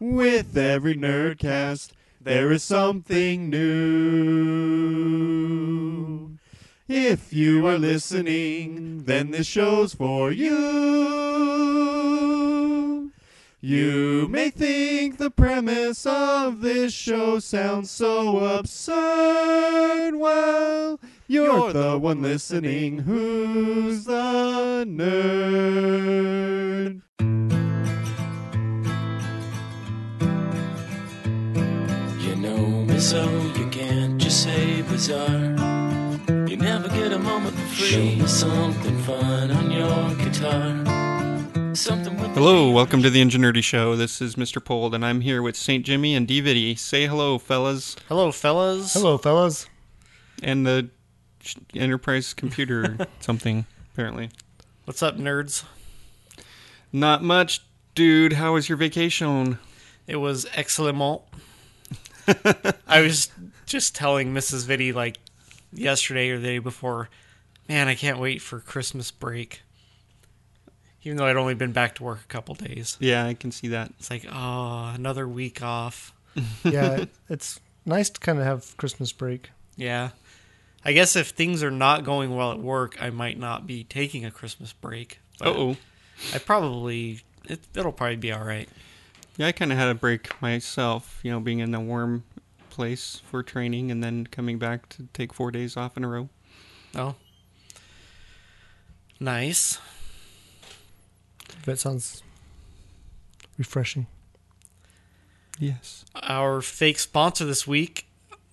with every nerdcast, there is something new. If you are listening, then this show's for you. You may think the premise of this show sounds so absurd. Well, you're, the one listening who's the nerd. You know me so you can't just say bizarre. You never get a moment for free. Show me something fun on your guitar. Something with Hello, welcome to the Ingenuity Show. This is Mr. Pold, and I'm here with St. Jimmy and DVD. Say hello, fellas, Hello, fellas. Hello, fellas. and the sh- Enterprise computer something, apparently. What's up, nerds? Not much, dude. How was your vacation? It was excellent. I was just telling Mrs. Vitty like yesterday or the day before, man, I can't wait for Christmas break. Even though I'd only been back to work a couple days. Yeah, I can see that. It's like, oh, another week off. Yeah, it- it's nice to kind of have Christmas break. Yeah. I guess if things are not going well at work, I might not be taking a Christmas break. But Oh, I probably, it, it'll probably be all right. yeah, I kind of had a break myself. You know, being in the warm place for training and then coming back to take four days off in a row. Oh. Nice. That sounds refreshing. Yes. Our fake sponsor this week,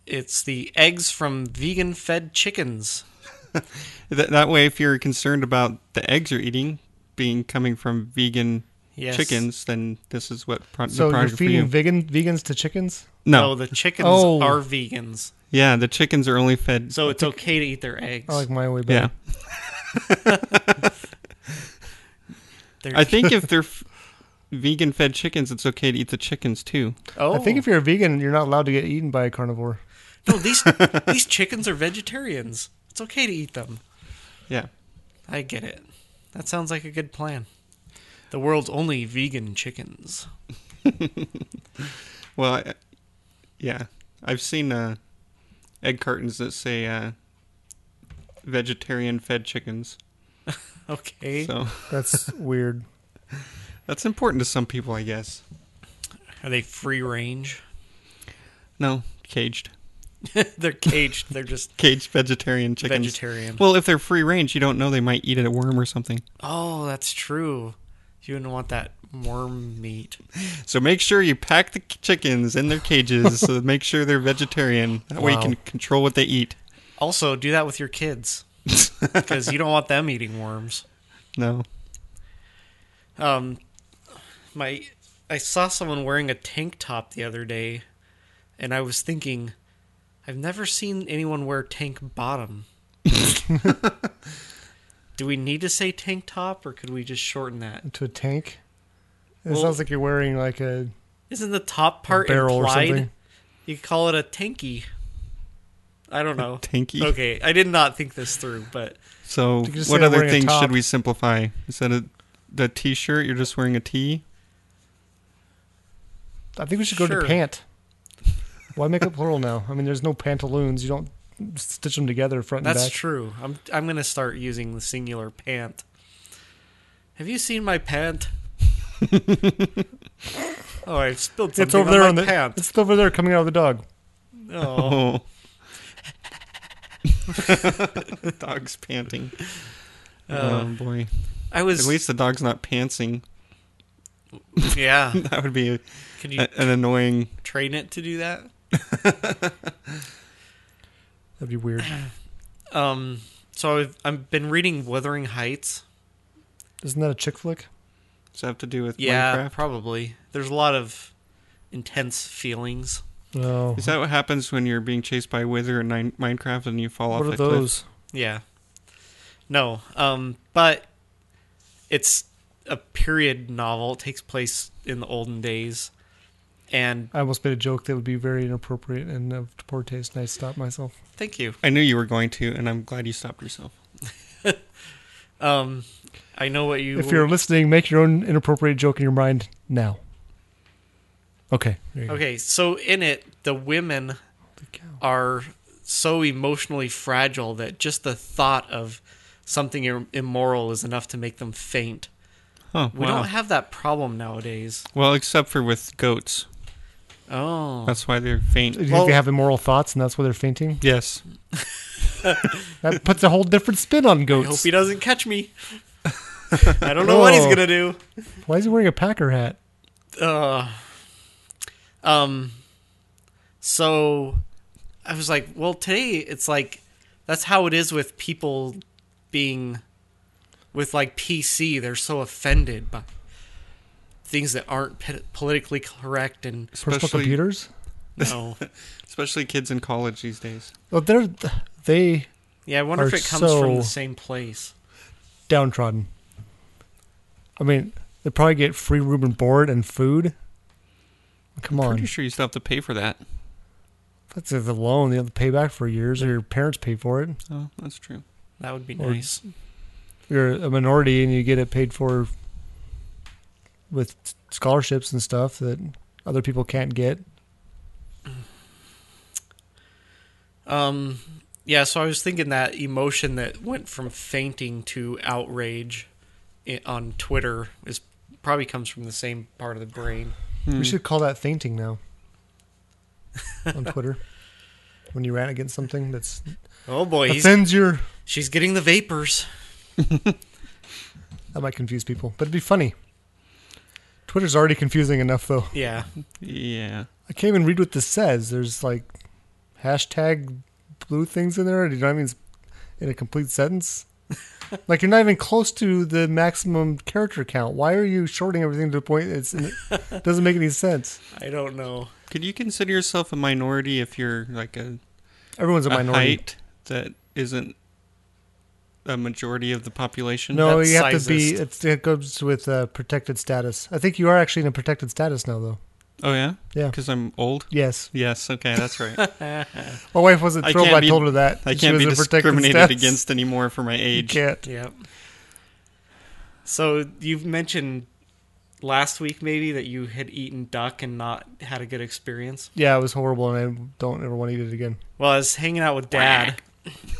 it's the eggs from vegan fed chickens. That, that way, if you're concerned about the eggs you're eating being coming from vegan Yes. chickens, then this is what pro- So the you're product for you. feeding vegan vegans to chickens? no, No, the chickens Oh. are vegans. yeah, the chickens are only fed. So it's okay to eat their eggs. I like my way yeah, better. They're- I think if they're f- vegan fed chickens, it's okay to eat the chickens too. oh. I think if you're a vegan, you're not allowed to get eaten by a carnivore. No, these these chickens are vegetarians. It's okay to eat them. Yeah, I get it. That sounds like a good plan. The world's only vegan chickens. well, I, yeah, I've seen uh, egg cartons that say uh, vegetarian fed chickens. Okay. So That's weird. that's important to some people, I guess. Are they free range? No, caged, they're caged. They're just caged vegetarian chickens. Vegetarian. Well, if they're free range, you don't know they might eat a worm or something. Oh, that's true. You wouldn't want that worm meat. So make sure you pack the k- chickens in their cages. so make sure they're vegetarian. That way you can control what they eat. Also, do that with your kids because you don't want them eating worms. No. Um, my I saw someone wearing a tank top the other day, and I was thinking, I've never seen anyone wear tank bottom. do we need to say tank top, or could we just shorten that? To a tank? It Well- sounds like you're wearing like a Isn't the top part barrel or implied? something. You could call it a tanky. I don't know. tanky? Okay, I did not think this through, but So You can just what say other wearing a things top. should we simplify? Instead of the t-shirt, you're just wearing a tee. I think we should go Sure. to pant. Why make it plural now? I mean, there's no pantaloons. You don't stitch them together front and that's back. true. I'm I'm gonna start using the singular pant. Have you seen my pant? Oh, I've spilled something It's over there my on the. pants. It's over there coming out of the dog. Oh. Oh, dog's panting. Uh, oh boy. I was. At least the dog's not pantsing. yeah. That would be a, Can you a- an annoying. train it to do that? That'd be weird. Um. So I've I've been reading Wuthering Heights. Isn't that a chick flick? Does that have to do with Yeah, Minecraft? probably. There's a lot of intense feelings. No. Is that what happens when you're being chased by Wither in Nine- Minecraft and you fall What off are a cliff? those? Yeah. No. Um. But it's a period novel. It takes place in the olden days, and I almost made a joke that would be very inappropriate and of poor taste, and I stopped myself. thank you. I knew you were going to, and I'm glad you stopped yourself. Um. I know what you. If you're listening, make your own inappropriate joke in your mind now. Okay. There you Okay, so in it, the women cow. are so emotionally fragile that just the thought of something ir- immoral is enough to make them faint. Huh, We wow. don't have that problem nowadays. well, except for with goats. Oh, That's why they're go. Do faint. you think they have immoral thoughts and that's why they're fainting? Yes. That puts a whole different spin on I hope goats. he doesn't catch me. I don't know what he's Oh. gonna do. Why is he wearing a Packer hat? uh, um, so I was like, well, today it's like that's how it is with people being with like PC. They're so offended by things that aren't p- politically correct and Personal Especially- computers? no. Especially kids in college these days. Well, they're they Yeah, I wonder if Are it comes from the so- same place. downtrodden. I mean, they probably get free room and board and food. Come on, Pretty sure you still have to pay for that. that's a loan. You have to pay back for years, or your parents pay for it. Oh, that's true. That would be Or- nice. You're a minority, and you get it paid for with scholarships and stuff that other people can't get. Um, yeah, so I was thinking that emotion that went from fainting to outrage i- on Twitter is probably comes from the same part of the brain. We should call that fainting now on Twitter. When you ran against something that's Oh boy, he's, offends your, she's getting the vapors. that might confuse people, but it'd be funny. Twitter's already confusing enough, though. Yeah, Yeah. I can't even read what this says. There's like hashtag blue things in there. Do you know what I mean? It's in a complete sentence. like you're not even close to the maximum character count. Why are you shorting everything to the point it's it doesn't make any sense? I don't know. Could you consider yourself a minority if you're like a, Everyone's a a minority. height that isn't a majority of the population? No, That's you have to be. sizist. It's, it goes with uh, protected status. I think you are actually in a protected status now, though. Oh yeah. Yeah. Because I'm old. Yes, Yes. Okay, that's right. my wife wasn't I thrilled. can't when I be- told her that I She can't was be in protected discriminated status. against anymore for my You age. can't. Yeah. So you've mentioned last week maybe that you had eaten duck and not had a good experience. Yeah, it was horrible, and I don't ever want to eat it again. Well, I was hanging out with Dad,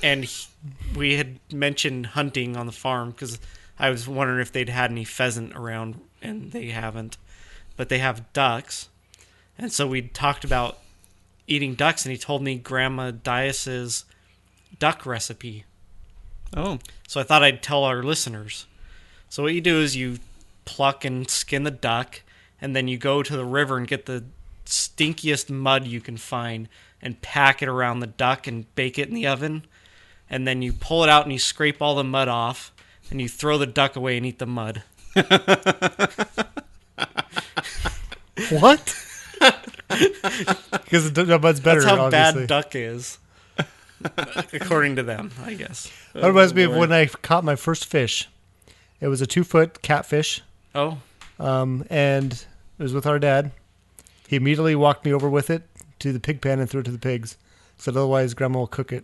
and he- we had mentioned hunting on the farm because I was wondering if they'd had any pheasant around, and they haven't. But they have ducks, and so we talked about eating ducks, and he told me Grandma Dias's duck recipe. Oh, So I thought I'd tell our listeners. So what you do is you pluck and skin the duck, and then you go to the river and get the stinkiest mud you can find and pack it around the duck and bake it in the oven. And then you pull it out and you scrape all the mud off, and you throw the duck away and eat the mud. What? Because the mud's better. That's how obviously. bad duck is, according to them, I guess. That reminds me of when I caught my first fish. It was a two foot catfish, Oh, um, and it was with our dad. He immediately walked me over with it to the pig pen and threw it to the pigs. Said otherwise, grandma will cook it.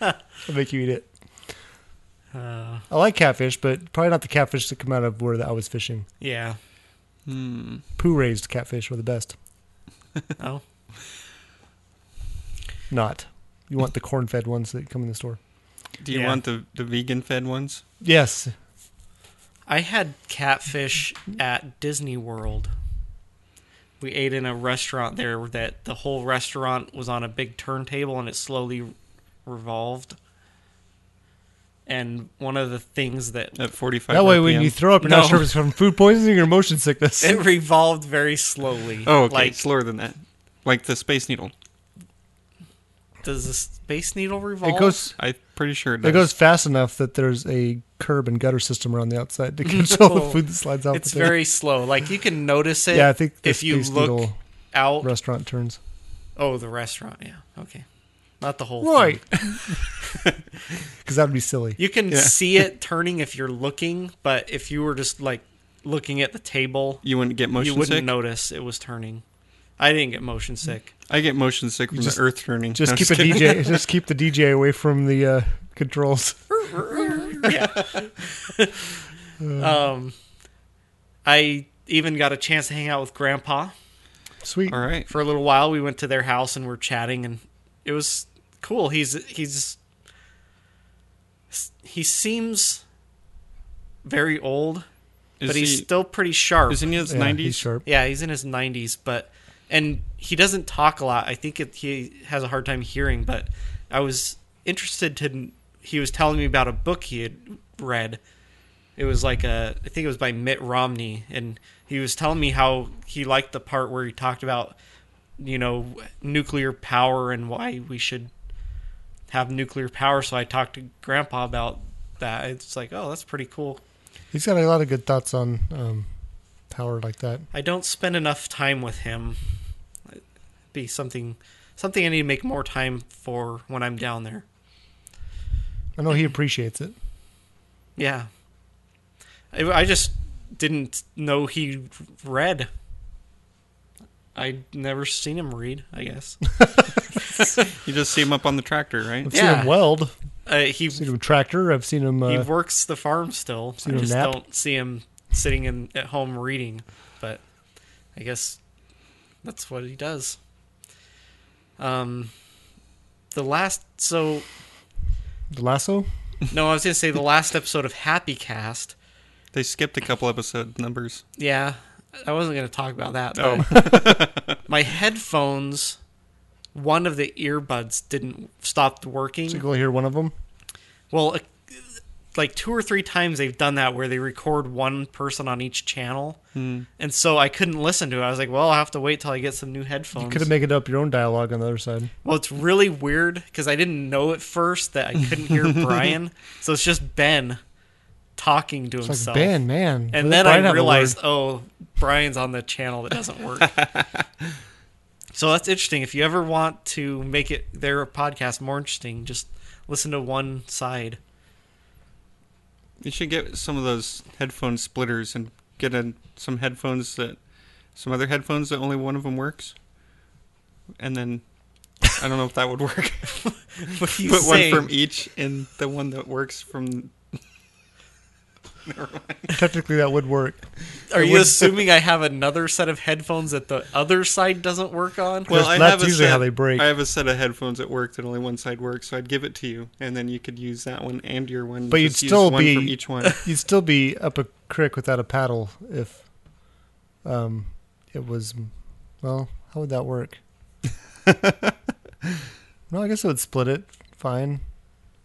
I'll make you eat it. Uh. I like catfish, but probably not the catfish that come out of where I was fishing. yeah. Pooh raised catfish were the best. Oh, Not. You want the corn fed ones that come in the store. do you Yeah. want the the vegan fed ones? Yes. I had catfish at Disney World. We ate in a restaurant there that the whole restaurant was on a big turntable and it slowly revolved. And one of the things that at 45 That way, RPM. when you throw up, you're No. not sure if it's from food poisoning or motion sickness. it revolved very slowly. Oh, okay. like slower than that. Like the Space Needle. does the Space Needle revolve? It goes. I'm pretty sure it does. It goes fast enough that there's a curb and gutter system around the outside to catch all the No. food that slides out. It's the thing. very slow. Like you can notice it. Yeah, I think the if you Space look Needle out. restaurant turns. oh, the restaurant. Yeah. Okay. Not the whole thing. Right. Because that would be silly. You can Yeah. see it turning if you're looking, but if you were just like looking at the table, You wouldn't get you motion wouldn't sick. notice it was turning. I didn't get motion sick. I get motion sick from just- the earth turning. Just No, I'm keep a kidding. DJ. just keep the DJ away from the uh, controls. Um, I even got a chance to hang out with Grandpa Sweet. All right. for a little while. We went to their house and we're chatting, and it was cool. He's he's he seems very old, Is but he's he, still pretty sharp. is he in his Yeah, he's 90s? sharp. Yeah, he's in his 90s, but and he doesn't talk a lot. I think it, he has a hard time hearing, but I was interested to he was telling me about a book he had read. It was like a I think it was by Mitt Romney and he was telling me how he liked the part where he talked about you know nuclear power and why we should have nuclear power. So I talked to grandpa about that. It's like, "Oh, that's pretty cool." He's got a lot of good thoughts on um, power like that. I don't spend enough time with him. It'd be something something I need to make more time for when I'm down there. I know he appreciates it. Yeah. I, I just didn't know he read. I'd never seen him read, I guess. You just see him up on the tractor, right? I've seen Yeah. him weld. I've Uh, he seen him tractor. I've seen him. he Uh, works the farm still. seen I him just nap? don't see him sitting in at home reading, but I guess that's what he does. Um the last so the lasso. No, I was gonna say the last episode of Happy Cast. They skipped a couple episode numbers. Yeah, I wasn't gonna talk about that. Oh. But my headphones, one of the earbuds didn't stop So you working. go hear one of them. Well, a- like two or three times they've done that where they record one person on each channel, Hmm. and so I couldn't listen to it. I was like, well, I'll have to wait till I get some new headphones. Could have made up your own dialogue on the other side. Well, it's really weird because I didn't know at first that I couldn't hear Brian, so it's just Ben talking to It's himself. like Ben, man. And then let Brian I have a realized, word." oh, Brian's on the channel that doesn't work. so that's interesting. If you ever want to make it their podcast more interesting, just listen to one side. You should get some of those headphone splitters and get in some headphones that, some other headphones that only one of them works. And then, I don't know if that would work. What are you Put one saying? from each and the one that works from. technically that would work. Are you assuming I have another set of headphones that the other side doesn't work on? Well, That's- that's usually how they break. I have a set of headphones at work that only one side works, so I'd give it to you, and then you could use that one and your one. But you'd just use still one be- from each one. You'd still be up a creek without a paddle if um, it was. Well, how would that work? no, I guess it would split it fine.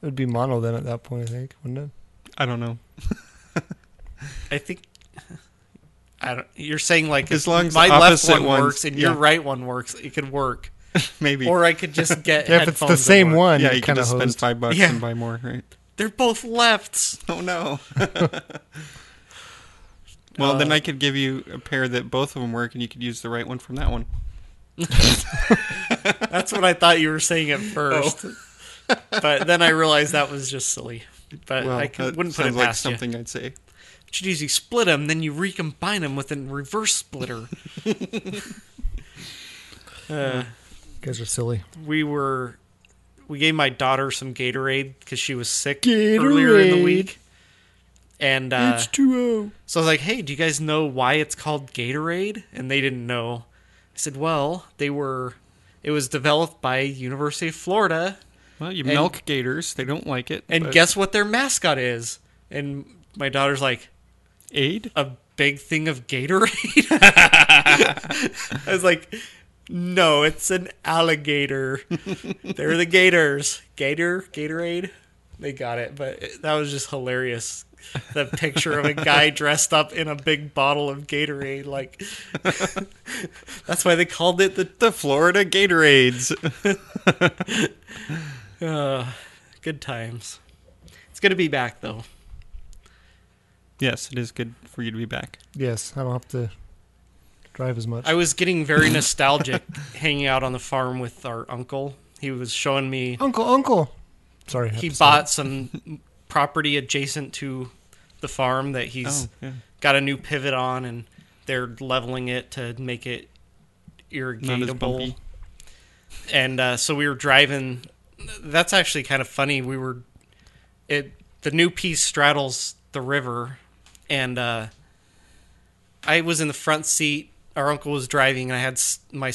It would be mono then at that point, I think, wouldn't it? I don't know. I think I don't. You're saying like As long as my the left opposite one ones- works and your yeah. right one works, it could work. Maybe. Or I could just get Yeah, if it's the headphones that same work. one, yeah, it you can kind of just spend hosed. five bucks Yeah. and buy more, right? They're both lefts. Oh no. well, then I could give you a pair that both of them work, and you could use the right one from that one. That's what I thought you were saying Oh. at first. but then I realized that was just silly. But Well, I could, that wouldn't put it sounds past like you. something I'd say. But you usually split them, then you recombine them with a reverse splitter. uh, You guys are silly. we were, we gave my daughter some Gatorade because she was sick earlier in the week. And uh, H2O. So I was like, "Hey, do you guys know why it's called Gatorade?" And they didn't know. I said, "Well, they were. It was developed by University of Florida, Well, you And- milk gators; they don't like it. and but guess what their mascot is?" And my daughter's like, Aid? a big thing of Gatorade. I was like, no, it's an alligator. They're the gators. Gator, Gatorade. They got it, but it- that was just hilarious. The picture of a guy dressed up in a big bottle of Gatorade, like that's why they called it the The Florida Gatorades. Uh, good times. It's gonna be back though. yes, it is good for you to be back. Oh, Yes, I don't have to drive as much. I was getting very nostalgic hanging out on the farm with our uncle. He was showing me uncle, uncle. Sorry. I have he to stop. bought some property adjacent to the farm that he's Oh, yeah. got a new pivot on and they're leveling it to make it Not as irrigatable bumpy. and uh, so we were driving that's actually kind of funny we were it the new piece straddles the river and uh, i was in the front seat our uncle was driving and i had s- my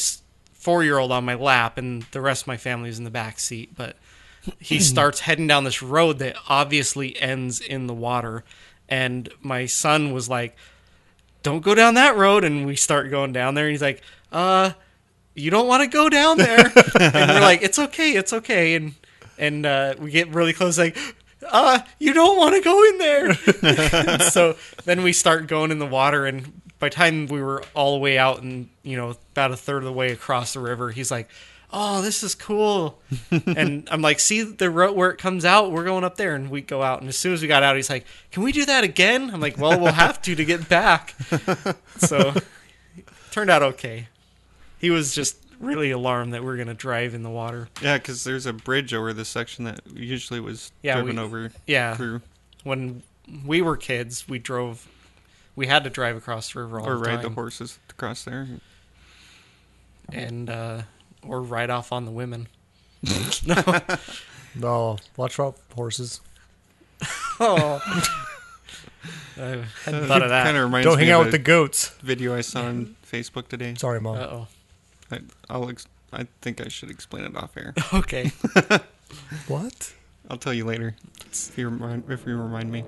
four year old on my lap and the rest of my family was in the back seat but he starts heading down this road that obviously ends in the water and my son was like don't go down that road and we start going down there and he's like uh you don't want to go down there and we're like it's okay it's okay and and uh, we get really close like uh you don't want to go in there so then we start going in the water and by the time we were all the way out and you know about a third of the way across the river he's like oh this is cool and i'm like see the road where it comes out we're going up there and we go out and as soon as we got out he's like can we do that again i'm like well we'll have to to get back so turned out okay he was just really alarmed that we are going to drive in the water Yeah, because there's a bridge over this section that usually was Yeah, driven we- uh, over yeah. through when we were kids we drove we had to drive across the river all or the ride the time. horses across there. and uh or ride off on the women No, Oh, watch out, for horses. oh i hadn't thought of that Kind of reminds Don't me hang of out with a the goats. video I saw on Facebook today. Sorry, mom. uh-oh I, I'll ex- I think I should explain it off air. okay what? I'll tell you later if you remind, if you remind me.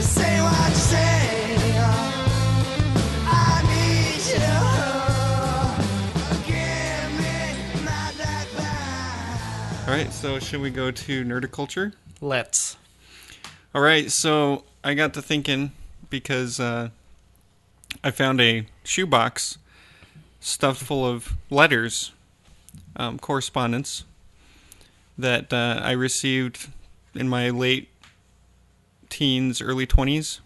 Say what you say. I need you. Give me my black back. All right, so should we go to Nerdiculture? let's All right, so I got to thinking because uh, I found a shoebox stuffed full of letters, um, correspondence that uh, I received in my late teens, early 20s.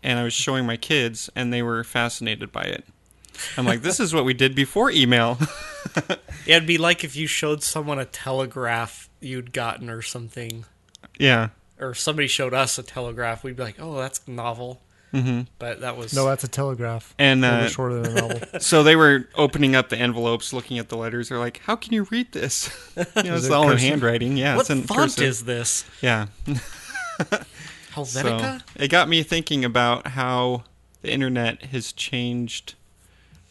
And I was showing my kids, and they were fascinated by it. I'm like, this is what we did before email. it'd be like if you showed someone a telegraph you'd gotten or something yeah. or if somebody showed us a telegraph we'd be like oh that's novel mm-hmm. but that was No, that's a telegraph. And, A little uh, shorter than a novel. So they were opening up the envelopes, looking at the letters. They're like, "How can you read this?" You know, it's it all in cursive? handwriting. Yeah, what it's in font cursive. is this yeah. So helvetica it got me thinking about how the internet has changed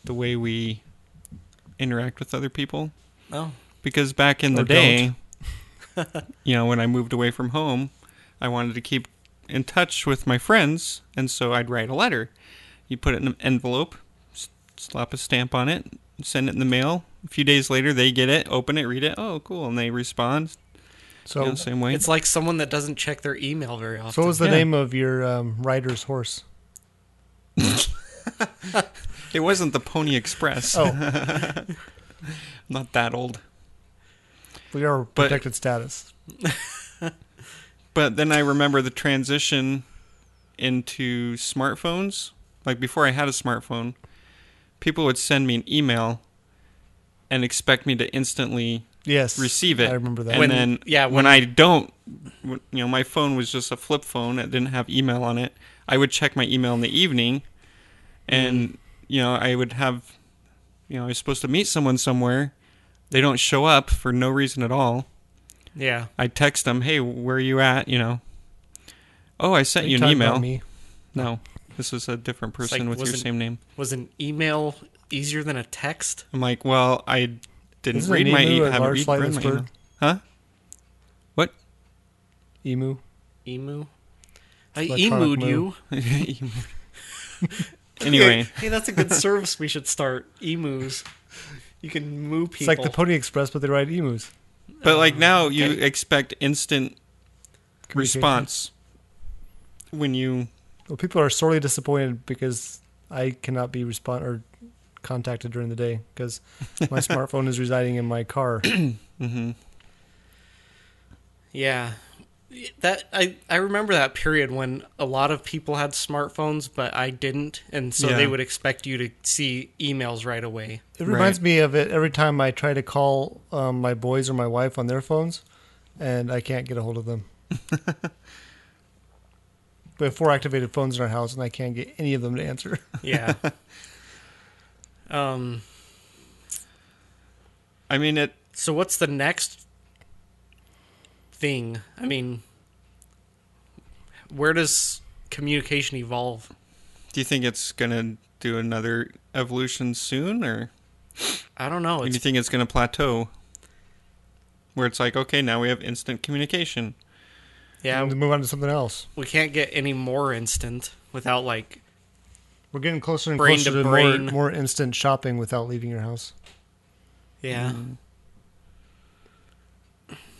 the way we interact with other people. oh Because back in the Or day, you know, when I moved away from home, I wanted to keep in touch with my friends, and so I'd write a letter. You put it in an envelope, s- slap a stamp on it, send it in the mail. A few days later, they get it, open it, read it. Oh, cool! And they respond. So, you know, same way. It's like someone that doesn't check their email very often. so what was the Yeah. name of your um, rider's horse? it wasn't the Pony Express. Oh, Not that old. we are But- protected status. But then I remember the transition into smartphones. Like before I had a smartphone, people would send me an email and expect me to instantly Yes, receive it. I remember that. And When- then yeah, when, when- I don't, when, you know, my phone was just a flip phone. It didn't have email on it. I would check my email in the evening, Mm. and you know, I would have, you know, I was supposed to meet someone somewhere. They don't show up for no reason at all. yeah. I text them, "Hey, where are you at?" You know. Oh, I sent Are you an talking email. about me? No, this is a different It's person like, with your wasn't- same name. Was an email easier than a text? I'm like, well, I didn't Isn't read an my, emu e- a haven't read, large read flightless my bird? email. Huh? What? Emu. Emu. I Electronic emued moo. you. anyway, Hey, that's a good service we should start. Emus. You can moo It's people. like the Pony Express, but they ride emus. but like now you okay. expect instant Um, Communication. response when you Well, people are sorely disappointed because I cannot be respond or contacted during the day because my smartphone is residing in my car. Yeah. That I, I remember that period when a lot of people had smartphones but I didn't and so Yeah. they would expect you to see emails right away. It reminds Right. me of it every time I try to call um, my boys or my wife on their phones, and I can't get a hold of them. we have four activated phones in our house, and I can't get any of them to answer. Yeah. um I mean it so what's the next thing? I mean where does communication evolve? do you think it's gonna do another evolution soon or I don't know. do you It's, think it's gonna plateau? Where it's like, okay, now we have instant communication. yeah, And we move on to something else. we can't get any more instant without like We're getting closer and Brain closer to to, brain. More, more instant shopping without leaving your house. yeah.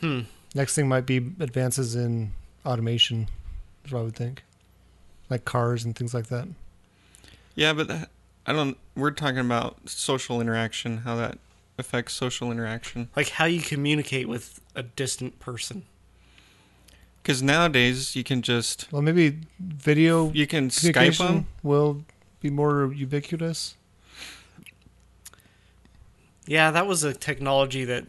Mm-hmm. Next thing might be advances in automation, is what I would think, like cars and things like that. Yeah, but that, I don't we're talking about social interaction, how that affects social interaction. Like how you communicate with a distant person. Because nowadays you can just Well, maybe video you can Skype communication them. will be more ubiquitous. Yeah, that was a technology that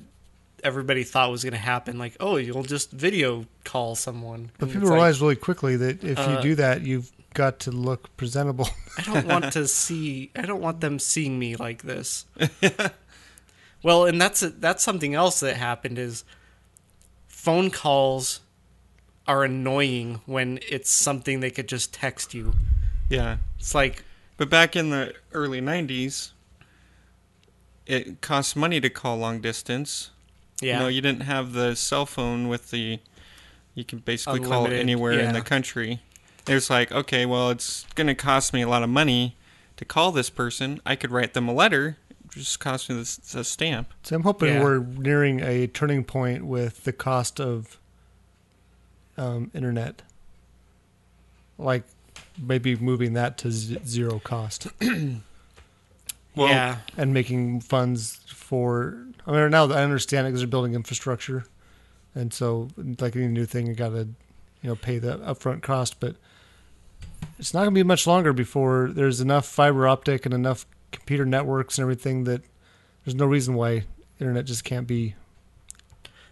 everybody thought was going to happen. Like, oh, you'll just video call someone. But And people it's like, realize really quickly that if uh, you do that, you've got to look presentable. I don't want to see. I don't want them seeing me like this. well, and that's that's something else that happened is phone calls are annoying when it's something they could just text you. Yeah. It's like, But back in the early 90s, it cost money to call long distance. yeah, You know, you didn't have the cell phone with the, you can basically call Unlimited, anywhere in the yeah. country. It's like, okay, well, it's going to cost me a lot of money to call this person. I could write them a letter, it just cost me this, a stamp. so I'm hoping Yeah. we're nearing a turning point with the cost of um, internet, like maybe moving that to z- zero cost Well, yeah. and making funds for. I mean, now that I understand it because they're building infrastructure, and so like any new thing, you got to you know pay the upfront cost, but it's not going to be much longer before there's enough fiber optic and enough computer networks and everything that there's no reason why internet just can't be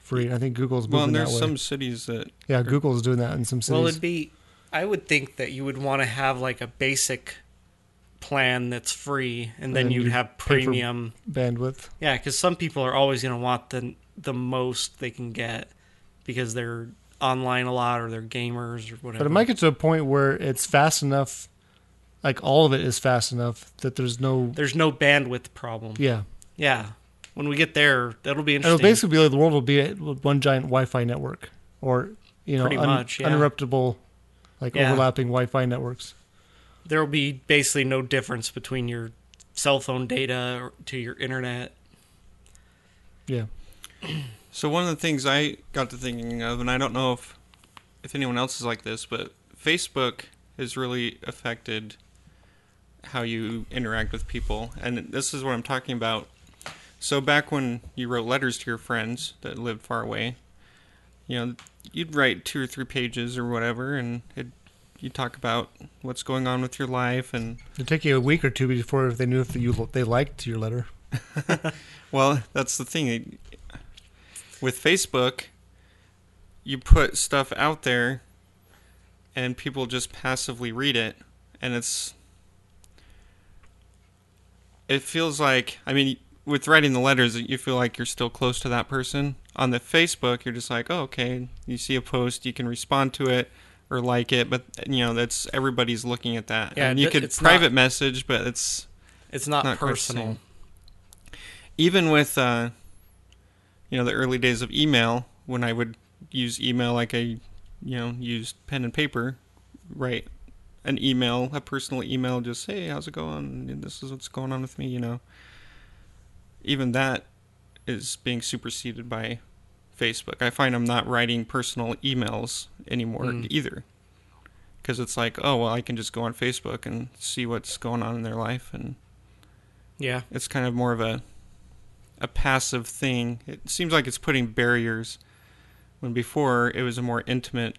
free. And I think Google's moving well, and that there's way. some cities that, yeah, Google's doing that in some cities. Well, it'd be. I would think that you would want to have like a basic plan that's free, and then then you'd you have pay for- premium. bandwidth. Yeah, because some people are always going to want the the most they can get because they're online a lot or they're gamers or whatever. But it might get to a point where it's fast enough, like all of it is fast enough that there's no There's no bandwidth problem. Yeah. yeah. When we get there, that'll be It'll interesting. basically be like the world will be a- one giant Wi-Fi network, or you know, Pretty much, yeah. uninterruptible, like Yeah. overlapping Wi-Fi networks. there'll be basically no difference between your cell phone data or- to your internet. Yeah, So one of the things I got to thinking of, and I don't know if if anyone else is like this, but Facebook has really affected how you interact with people, and this is what I'm talking about. So back when you wrote letters to your friends that lived far away, you know, you'd write two or three pages or whatever, and it you talk about what's going on with your life and It'd take you a week or two before they knew if you they liked your letter. Well, that's the thing. It- With Facebook, you put stuff out there and people just passively read it and it's it feels like I mean with writing the letters you feel like you're still close to that person. On the Facebook, you're just like, "Oh, okay, you see a post, you can respond to it or like it, but you know, that's everybody's looking at that." Yeah, and you th- could it's private not- message, but it's It's not, Not quite the personal. same. even with uh, you know the early days of email when i would use email like i you know used pen and paper write an email a personal email just hey how's it going And this is what's going on with me you know even that is being superseded by facebook i find i'm not writing personal emails anymore Mm. either because it's like oh well i can just go on facebook and see what's going on in their life and Yeah. it's kind of more of a a passive thing. It seems like it's putting barriers when before it was a more intimate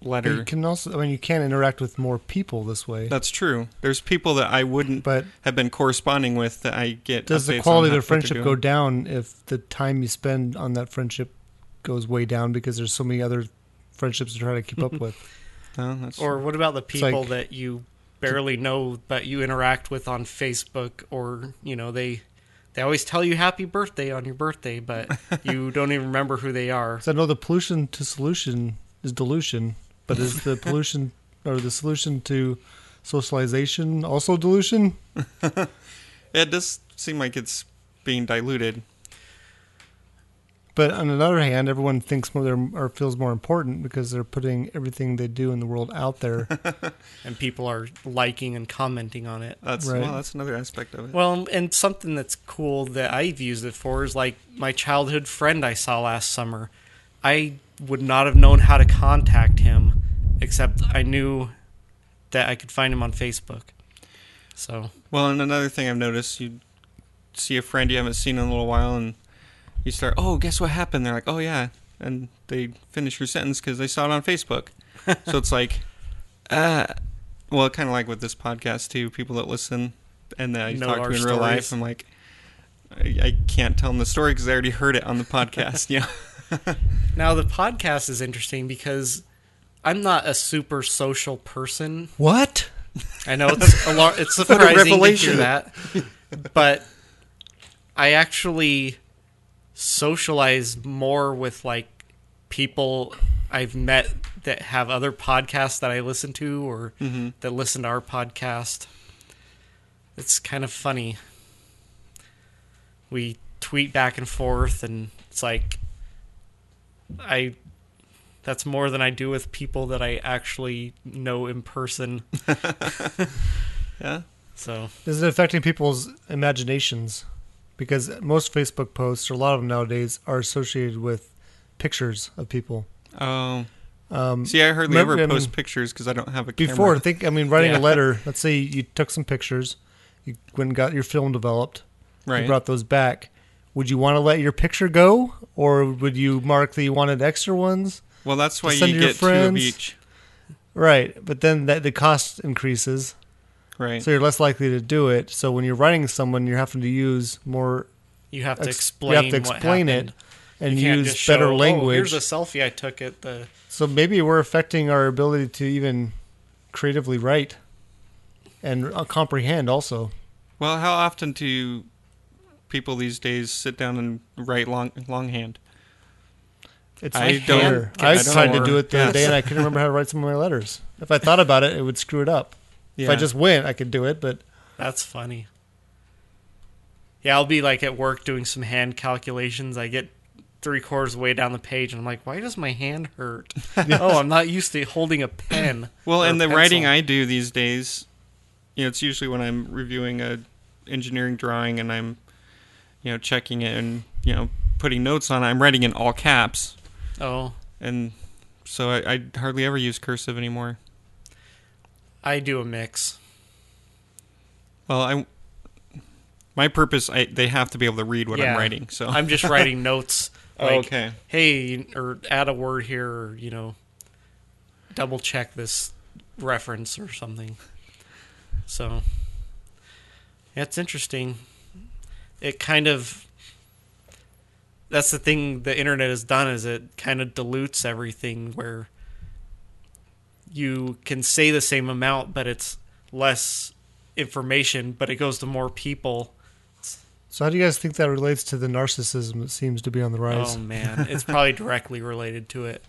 But You letter. can also, I mean, you can interact with more people this way. That's true. There's people that I wouldn't But have been corresponding with that I get. does updates the on quality of how- their what they're friendship go doing. down if the time you spend on that friendship goes way down because there's so many other friendships to try to keep up with? No, that's Or what about the like- people that you barely know but you interact with on Facebook or, you know, they they always tell you happy birthday on your birthday, but you don't even remember who they are. Because I know the pollution to solution is dilution, but is the pollution or the solution to socialization also dilution? it does seem like it's being diluted. But on another hand, everyone thinks more they're, or feels more important because they're putting everything they do in the world out there. And people are liking and commenting on it. That's Right. well, that's another aspect of it. Well, and something that's cool that I've used it for is like my childhood friend I saw last summer. I would not have known how to contact him except I knew that I could find him on Facebook. So, Well, and another thing I've noticed, you see a friend you haven't seen in a little while, and you start, oh, guess what happened? They're like, oh yeah, and they finish your sentence because they saw it on Facebook. so it's like, uh, well, kind of like with this podcast too. People that listen and that I Know talk to our in real life, stories. I'm like, I, I can't tell them the story because they already heard it on the podcast. yeah, Now the podcast is interesting because I'm not a super social person. what? I know it's a lot. It's surprising to hear revelation. that, but I actually socialize more with like people I've met that have other podcasts that I listen to or that listen to our podcast. It's kind of funny. We tweet back and forth, and it's like I. That's more than I do with people that I actually know in person. yeah. So Is it affecting people's imaginations? Because most Facebook posts, or a lot of them nowadays, are associated with pictures of people. Oh. See, I hardly Um, ever remember- I mean, post pictures because I don't have a camera. Before, think I mean, writing Yeah. a letter. Let's say you took some pictures, you went and got your film developed, right? you brought those back. Would you want to let your picture go, or would you mark that you wanted extra ones? well, that's why send you to your get two of friends. each, Right, but then that the cost increases, right? so you're less likely to do it. So when you're writing someone, you're having to use more. You have to ex- explain. you have to what explain it happened. and You can't use just better show, "Oh, language. here's a selfie I took at the. so maybe we're affecting our ability to even creatively write and uh, comprehend. Also, Well, how often do people these days sit down and write long longhand? It's I like don't- hair. I I don't tried to work. do it the other Yes. day, and I couldn't remember how to write some of my letters. If I thought about it, it would screw it up. If I Yeah. just went, I could do it, but That's funny. Yeah, I'll be like at work doing some hand calculations. I get three quarters way down the page, and I'm like, "Why does my hand hurt? oh, I'm not used to holding a pen." Well, or a and the pencil. writing I do these days, you know, it's usually when I'm reviewing a engineering drawing and I'm, you know, checking it and you know putting notes on, I'm writing in all caps, Oh, and so I, I hardly ever use cursive anymore. I do a mix. Well, I my purpose, I they have to be able to read what Yeah. I'm writing. So I'm just writing notes. Oh, Like, okay. Hey, you- or add a word here, or you know, double check this reference or something. So that's interesting. It kind of that's the thing the internet has done is it kind of dilutes everything where you can say the same amount but it's less information but it goes to more people So how do you guys think that relates to the narcissism that seems to be on the rise? Oh man, it's probably directly related to it.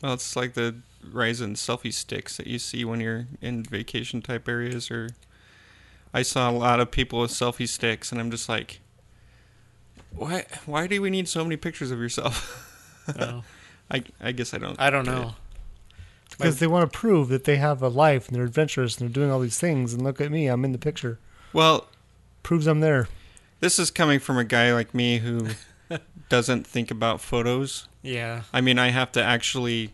well, it's like the rise in selfie sticks that you see when you're in vacation type areas. Or I saw a lot of people with selfie sticks, and I'm just like, why? Why do we need so many pictures of yourself? Oh, I I guess I don't. I don't get it. know. because they want to prove that they have a life and they're adventurous and they're doing all these things. And look at me, I'm in the picture. Well, Proves I'm there. This is coming from a guy like me who doesn't think about photos. Yeah, I mean, I have to actually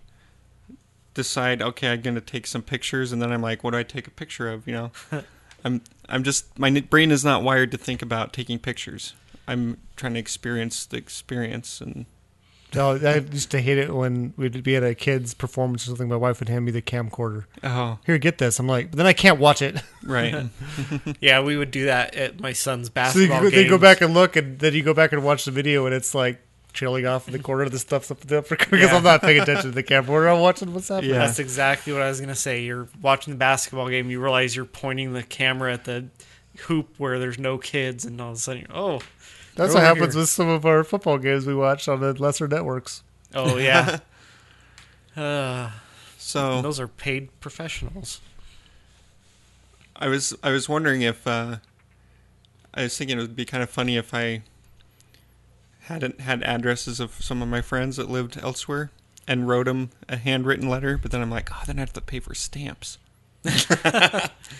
decide. Okay, I'm going to take some pictures, and then I'm like, what do I take a picture of? You know, I'm I'm just my n- brain is not wired to think about taking pictures. I'm trying to experience the experience, and No, Oh, I used to hate it when we'd be at a kid's performance or something. My wife would hand me the camcorder. oh, Here, get this. I'm like, but then I can't watch it. right, yeah, we would do that at my son's so you basketball go, they go games. back and look, and then you go back and watch the video, and it's like trailing off in the corner of the stuff's up the upper because Yeah. I'm not paying attention to the camcorder. I'm watching what's happening. Yeah. That's exactly what I was gonna say. You're watching the basketball game, you realize you're pointing the camera at the hoop where there's no kids, and all of a sudden, you're, oh, That's They're what over happens here. with some of our football games we watch on the lesser networks. oh yeah. Uh, so those are paid professionals. I was I was wondering if uh, I was thinking it would be kind of funny if I hadn't had addresses of some of my friends that lived elsewhere and wrote them a handwritten letter, but then I'm like, oh, then I have to pay for stamps.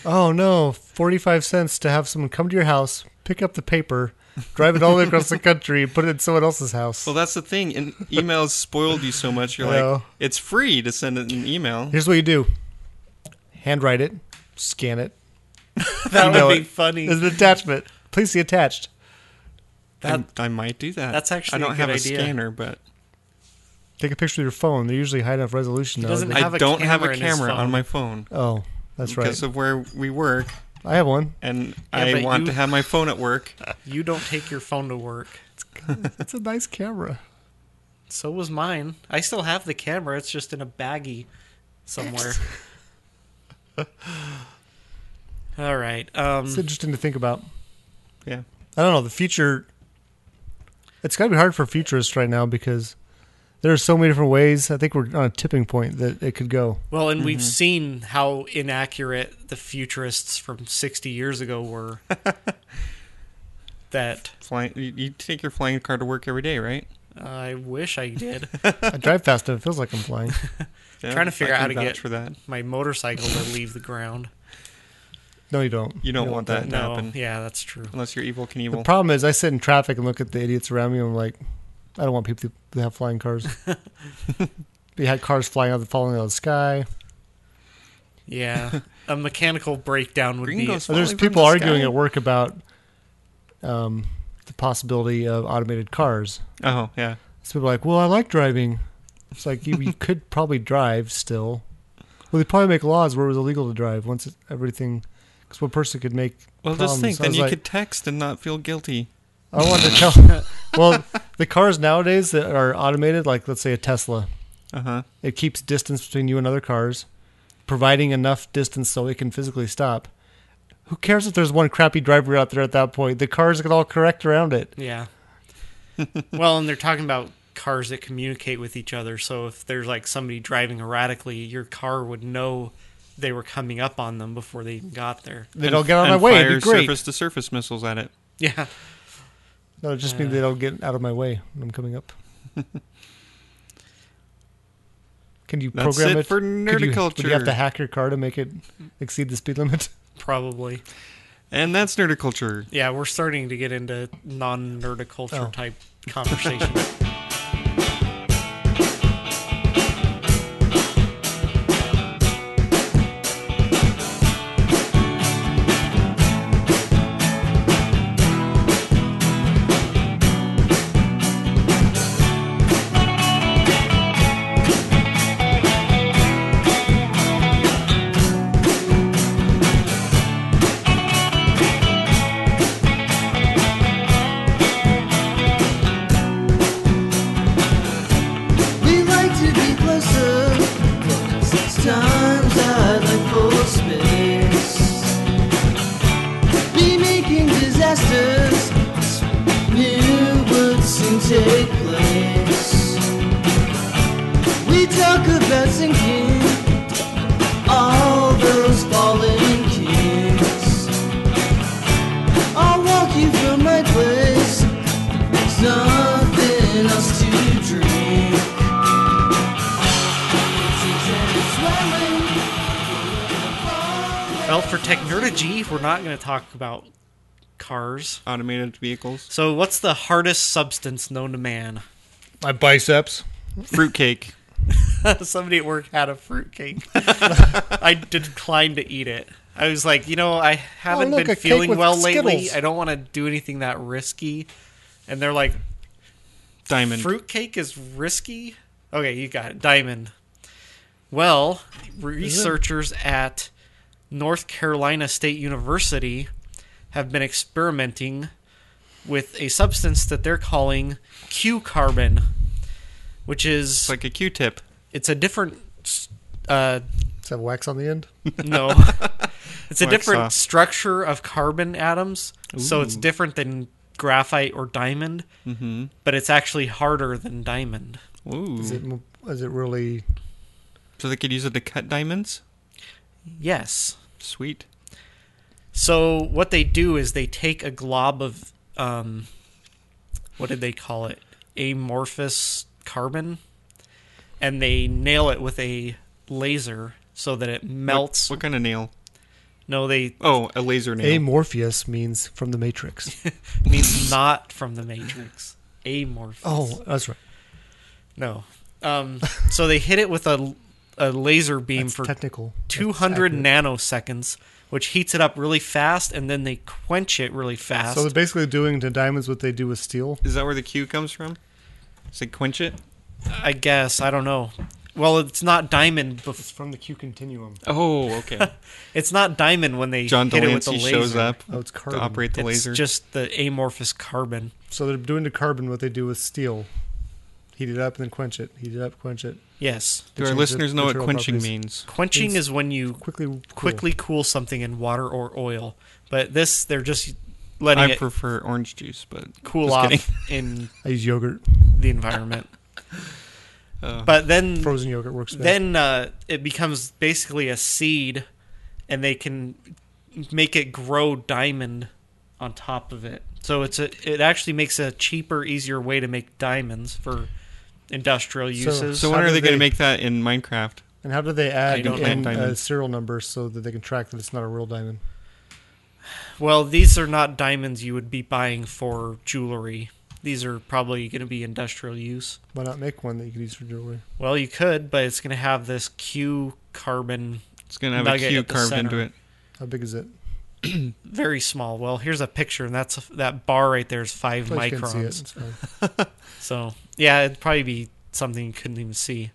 Oh no, forty-five cents to have someone come to your house, pick up the paper, drive it all the way across the country, and put it in someone else's house. Well, that's the thing, and emails spoiled you so much. You're like, Well. it's free to send it an email. Here's what you do: handwrite it, scan it. That Email would be it. funny. There's an attachment. Please see attached. I, I might do that. that's actually I don't a have good a idea. scanner, but Take a picture of your phone. They're usually high enough resolution. He now. doesn't that- have I a don't have camera a in his camera on phone. my phone oh, that's right. because of where we work, I have one. and but I want you- to have my phone at work. You don't take your phone to work. It's a nice camera. So was mine. I still have the camera. It's just in a baggie somewhere. All right. It's Um, interesting to think about. Yeah. I don't know the future. It's got to be hard for futurists right now because there are so many different ways. I think we're on a tipping point that it could go. well, and we've seen how inaccurate the futurists from 60 years ago were. that Flying, you, you take your flying car to work every day, right? I wish I did. I drive fast and it feels like I'm flying. Yeah, Trying I to figure out can how to vouch get- for that. My motorcycle to leave the ground. No, you don't. You don't want that to No, happen yeah, that's true. unless you're evil The Knievel. problem is, I sit in traffic and look at the idiots around me. and I'm like, I don't want people to- to have flying cars. we had cars flying out, of the- falling out of the sky. Yeah, a mechanical breakdown would be Gringos Well, there's Falling from people the arguing sky. at work about um, the possibility of automated cars. oh yeah, So people are like, well, I like driving. It's like you, you could probably drive still. Well, they probably make laws where it was illegal to drive once it, everything. Because one person could make. well just problems. think, So I then was you like, could text and not feel guilty. I wanted to tell. well, the cars nowadays that are automated, like let's say a Tesla, Uh huh. it keeps distance between you and other cars, providing enough distance so it can physically stop. Who cares if there's one crappy driver out there at that point? The cars can all correct around it. Yeah. well, and they're talking about cars that communicate with each other. So if there's like somebody driving erratically, your car would know they were coming up on them before they even got there. They don't get out of my way. It'd be great. surface to surface missiles at it. Yeah. No, it just means they don't get out of my way when I'm coming up. Can you That's program it it, for Could you- would you have nerdiculture. to hack your car to make it exceed the speed limit? Probably. And that's nerdiculture. Yeah, we're starting to get into non nerdiculture Oh. type conversation. We like to be closer, but sometimes I'd like full space. Be making disasters, new would soon take place. We talk about sinking, all those falling kids. I'll walk you from my place. There's nothing else to drink. well, for Technology, we're not going to talk about cars. Automated vehicles. So, what's the hardest substance known to man? My biceps. Fruitcake. Somebody at work had a fruitcake. I declined to eat it. I was like, you know, I haven't Oh, look, a been cake feeling with well lately. Skittles. I don't want to do anything that risky. And they're like, Diamond. Fruitcake is risky. Okay, you got it. Diamond. Well, researchers at North Carolina State University have been experimenting with a substance that they're calling Q carbon, which is It's like a Q-tip. it's a different s- uh, Does that wax on the end? no. it's a Like different saw. structure of carbon atoms, so it's different than graphite or diamond, mm-hmm. but it's actually harder than diamond. Ooh. Is it, is it really? So they could use it to cut diamonds? Yes. Sweet. So what they do is they take a glob of um, what did they call it? Amorphous carbon, and they nail it with a laser so that it melts. What kind of nail? No, they Oh, a laser nail. Amorphous means from the Matrix. means not from the Matrix. Amorphous. oh, that's right. no. Um, so they hit it with a a laser beam It's for technical. That's 200 accurate. nanoseconds, which heats it up really fast, and then they quench it really fast. So they're basically doing to diamonds what they do with steel. Is that where the Q comes from? Say quench it? I guess I don't know. Well, it's not diamond. Bef- It's from the Q continuum. Oh, okay. it's not diamond when they John hit it with the Delancey laser. shows up Oh, it's to carbon. operate the It's laser. just the amorphous carbon. So they're doing to carbon what they do with steel. Heat it up and then quench it. Heat it up, quench it. Yes, Do our change the listeners know what material quenching properties. means? quenching Means is when you Quickly, cool. quickly cool something in water or oil. But this, they're just letting I it prefer orange juice, but cool just off kidding. in I use yogurt. the environment. Uh, but then Frozen yogurt works best. then uh, it becomes basically a seed, and they can make it grow diamond on top of it. So it's a it actually makes a cheaper, easier way to make diamonds for industrial uses. So How when are do they, going to they- make that in Minecraft? and how do they add don't in like a diamonds. serial number so that they can track that it's not a real diamond? well, these are not diamonds you would be buying for jewelry. These are probably going to be industrial use. Why not make one that you could use for jewelry? Well, you could, but it's going to have this Q carbon It's going to have Nugget a Q at the carved center. into it. How big is it? very small. Well, here's a picture, and that's that bar right there is five Well, you can't see it. microns. It's fine. So yeah, it'd probably be something you couldn't even see.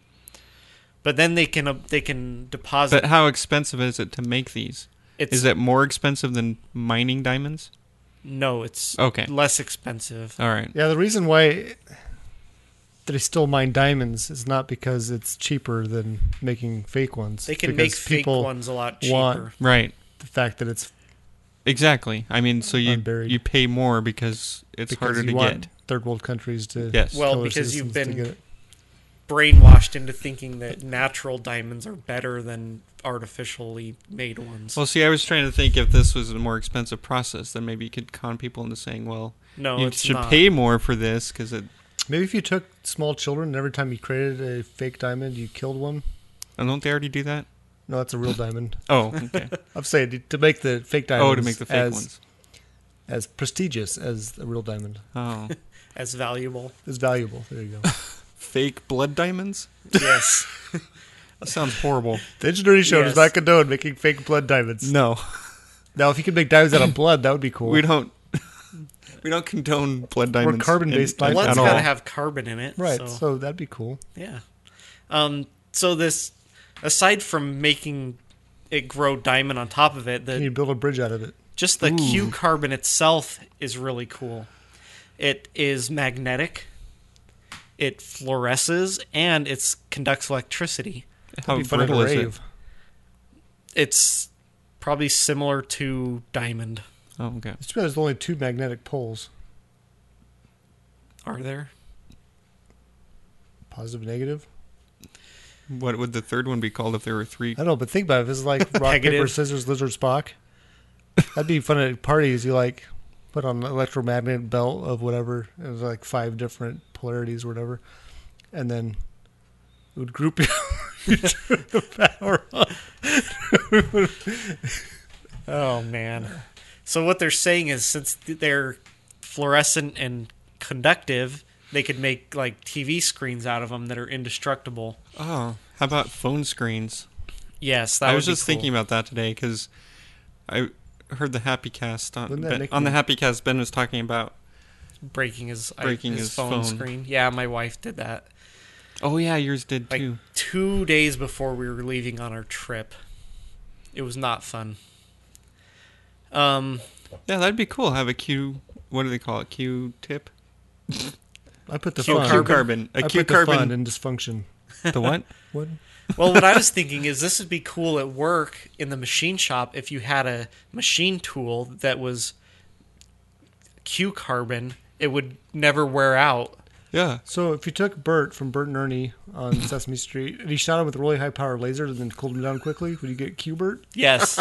But then they can uh, they can deposit. But how expensive is it to make these? it's Is it more expensive than mining diamonds? no, it's Okay. less expensive. All right. Yeah, the reason why they still mine diamonds is not because it's cheaper than making fake ones. They can because make fake people ones a lot cheaper. want- Right. The fact that it's Exactly. I mean, so you Unburied. you pay more because it's because harder you to want get. third world countries to Yes. Well, tell their because you've citizens to been- get it. Brainwashed into thinking that natural diamonds are better than artificially made ones. Well, see, I was trying to think if this was a more expensive process, then maybe you could con people into saying, "Well, No, you it's should not. pay more for this because it." Maybe if you took small children and every time you created a fake diamond, you killed one. And don't they already do that? No, that's a real diamond. Oh, okay. I'm saying to make the fake diamonds. oh, to make the fake as, ones. as prestigious as the real diamond Oh, as valuable. is valuable. There you go. fake blood diamonds. Yes. That sounds horrible. the Engineering Show does Yes. not condone making fake blood diamonds. No, Now, if you could make diamonds out of blood, that would be cool. we don't. We don't condone blood diamonds. carbon-based in- diamonds. One's at got all. to have carbon in it. right, So, so. that'd be cool. yeah. Um, so this, aside from making it grow diamond on top of it, And the you build a bridge out of it. just the Hmm. Q carbon itself is really cool. It is magnetic. It fluoresces and it conducts electricity. How Be fun at a brittle is it? rave. It's probably similar to diamond. Oh, okay. It's too bad there's only two magnetic poles, Are there? positive and negative. What would the third one be called if there were three? I don't know, but think about it. If it's like rock, paper, Negative. scissors, lizard, Spock, that'd be fun at parties. You like put on an electromagnet belt of whatever. It was like five different polarities or whatever. And then it would group you. you turn the power on. Oh man. So what they're saying is since they're fluorescent and conductive, they could make like TV screens out of them that are indestructible. Oh, how about phone screens? Yes, that I would was be just cool. thinking about that today because I heard the Happy Cast on, Wouldn't that Ben- make on the me- Happy Cast. Ben was talking about. breaking his Breaking his, his phone, phone. screen. Yeah, my wife did that Oh yeah, yours did like too. two days before we were leaving on our trip. It was not fun. Um, Yeah, that'd be cool. Have a Q. What do they call it? Q tip. I put the Q fun. carbon. Uh, I A put Q the fun carbon. in dysfunction. The what? What? well, what I was thinking is this would be cool at work in the machine shop if you had a machine tool that was Q carbon. It would never wear out. Yeah. So if you took Bert from Bert and Ernie on Sesame Street and you shot him with a really high power laser and then cooled him down quickly, would you get Q-Bert? Yes,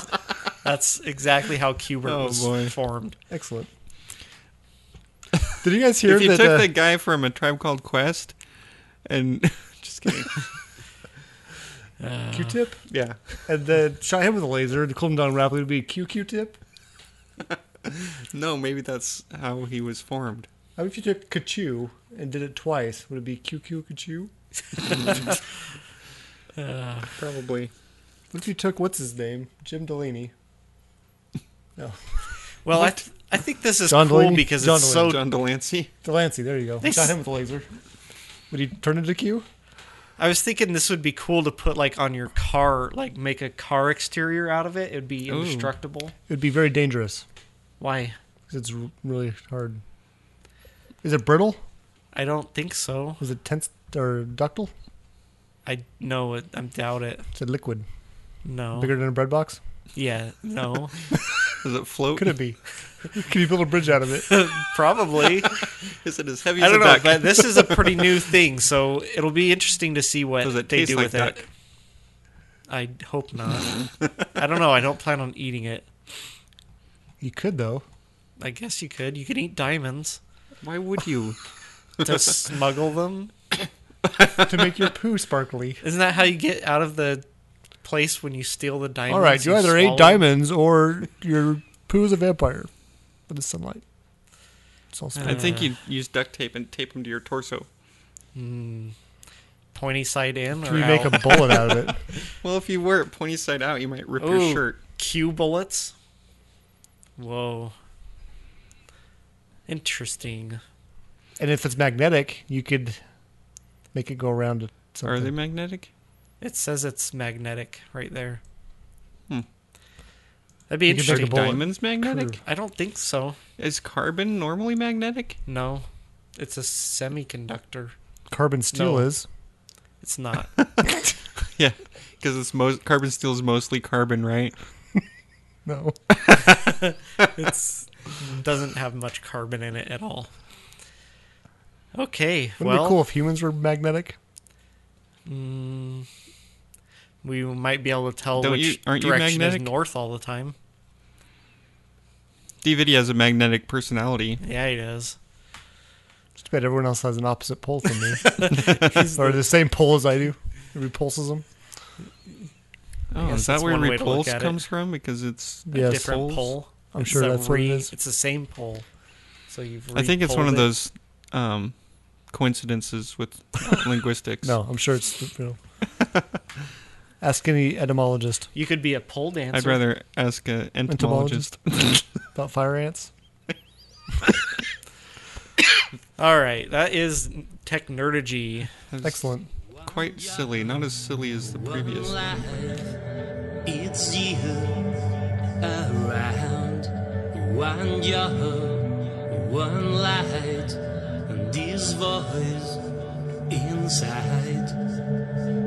that's exactly how Qbert Oh, was boy. formed. Excellent. Did you guys hear If you that? took uh, that guy from a tribe called Quest, and just kidding. Q-tip, Yeah. and then shot him with a laser and cooled him down rapidly, would be Q-Q-tip. No, maybe that's how he was formed. How about if you took Kachu and did it twice? Would it be Q-Q-Kachu? Probably. What if you took what's his name, Jim Delaney? Well, I, th- I think this is John cool Delaney? because John it's so. Delaney. John Delancey. Delancey, there you go. They shot s- him with a laser. Would he turn into Q? I was thinking this would be cool to put like on your car, like make a car exterior out of it. It'd be Ooh. indestructible. It would be very dangerous Why? 'cause it's r- really hard. Is it brittle? I don't think so. Was it tense or ductile? I know it. I doubt it. It's a liquid. No. Bigger than a bread box? Yeah. No. Does it float? Could it be? Could you build a bridge out of it? Probably. Is it as heavy I as don't a know, duck? but this is a pretty new thing, so it'll be interesting to see what Does it they taste do like with duck? it. I hope not. I don't know. I don't plan on eating it. You could though. I guess you could. You could eat diamonds Why would you? to smuggle them. to make your poo sparkly. Isn't that how you get out of the place when you steal the diamonds? All right, you either ate swallow them? diamonds or your poo is a vampire for the sunlight. It's all I sparkly. think you'd use duct tape and tape them to your torso. pointy side in. Can or we make a out? bullet out of it? Well, if you wear it pointy side out, you might rip Ooh, your shirt. Q bullets. Whoa. Interesting. And if it's magnetic, you could make it go around to Are something. they magnetic? It says it's magnetic right there. Hmm. That'd be You could make a Are interesting. bullet. diamonds magnetic? True. I don't think so. Is carbon normally magnetic? No. It's a semiconductor. Carbon steel No. is. It's not. Yeah, because it's most carbon steel is mostly carbon, right? No. it's doesn't have much carbon in it at all. Okay. Wouldn't it well, be cool if humans were magnetic? mm, we might be able to tell Don't which you- aren't you direction is magnetic? north all the time. DVD has a magnetic personality. Yeah, he does. Just bet everyone else has an opposite pole from me. or the same pole as I do. It repulses them. Oh, guess is that that's where one way to look repulse at it. comes from? Because it's A Yes. different Poles? pole. I'm sure a that's what it is. It's the same pole. So you've. I think it's one repolled of it. those um, coincidences with linguistics. No, I'm sure it's you know. Ask any etymologist You could be a pole dancer. I'd rather ask an entomologist. Entomologist. about fire ants. All right, that is tech nerdigy. That's Excellent. Quite silly. Not as silly as the previous. It's you around one young, one light, and this voice inside.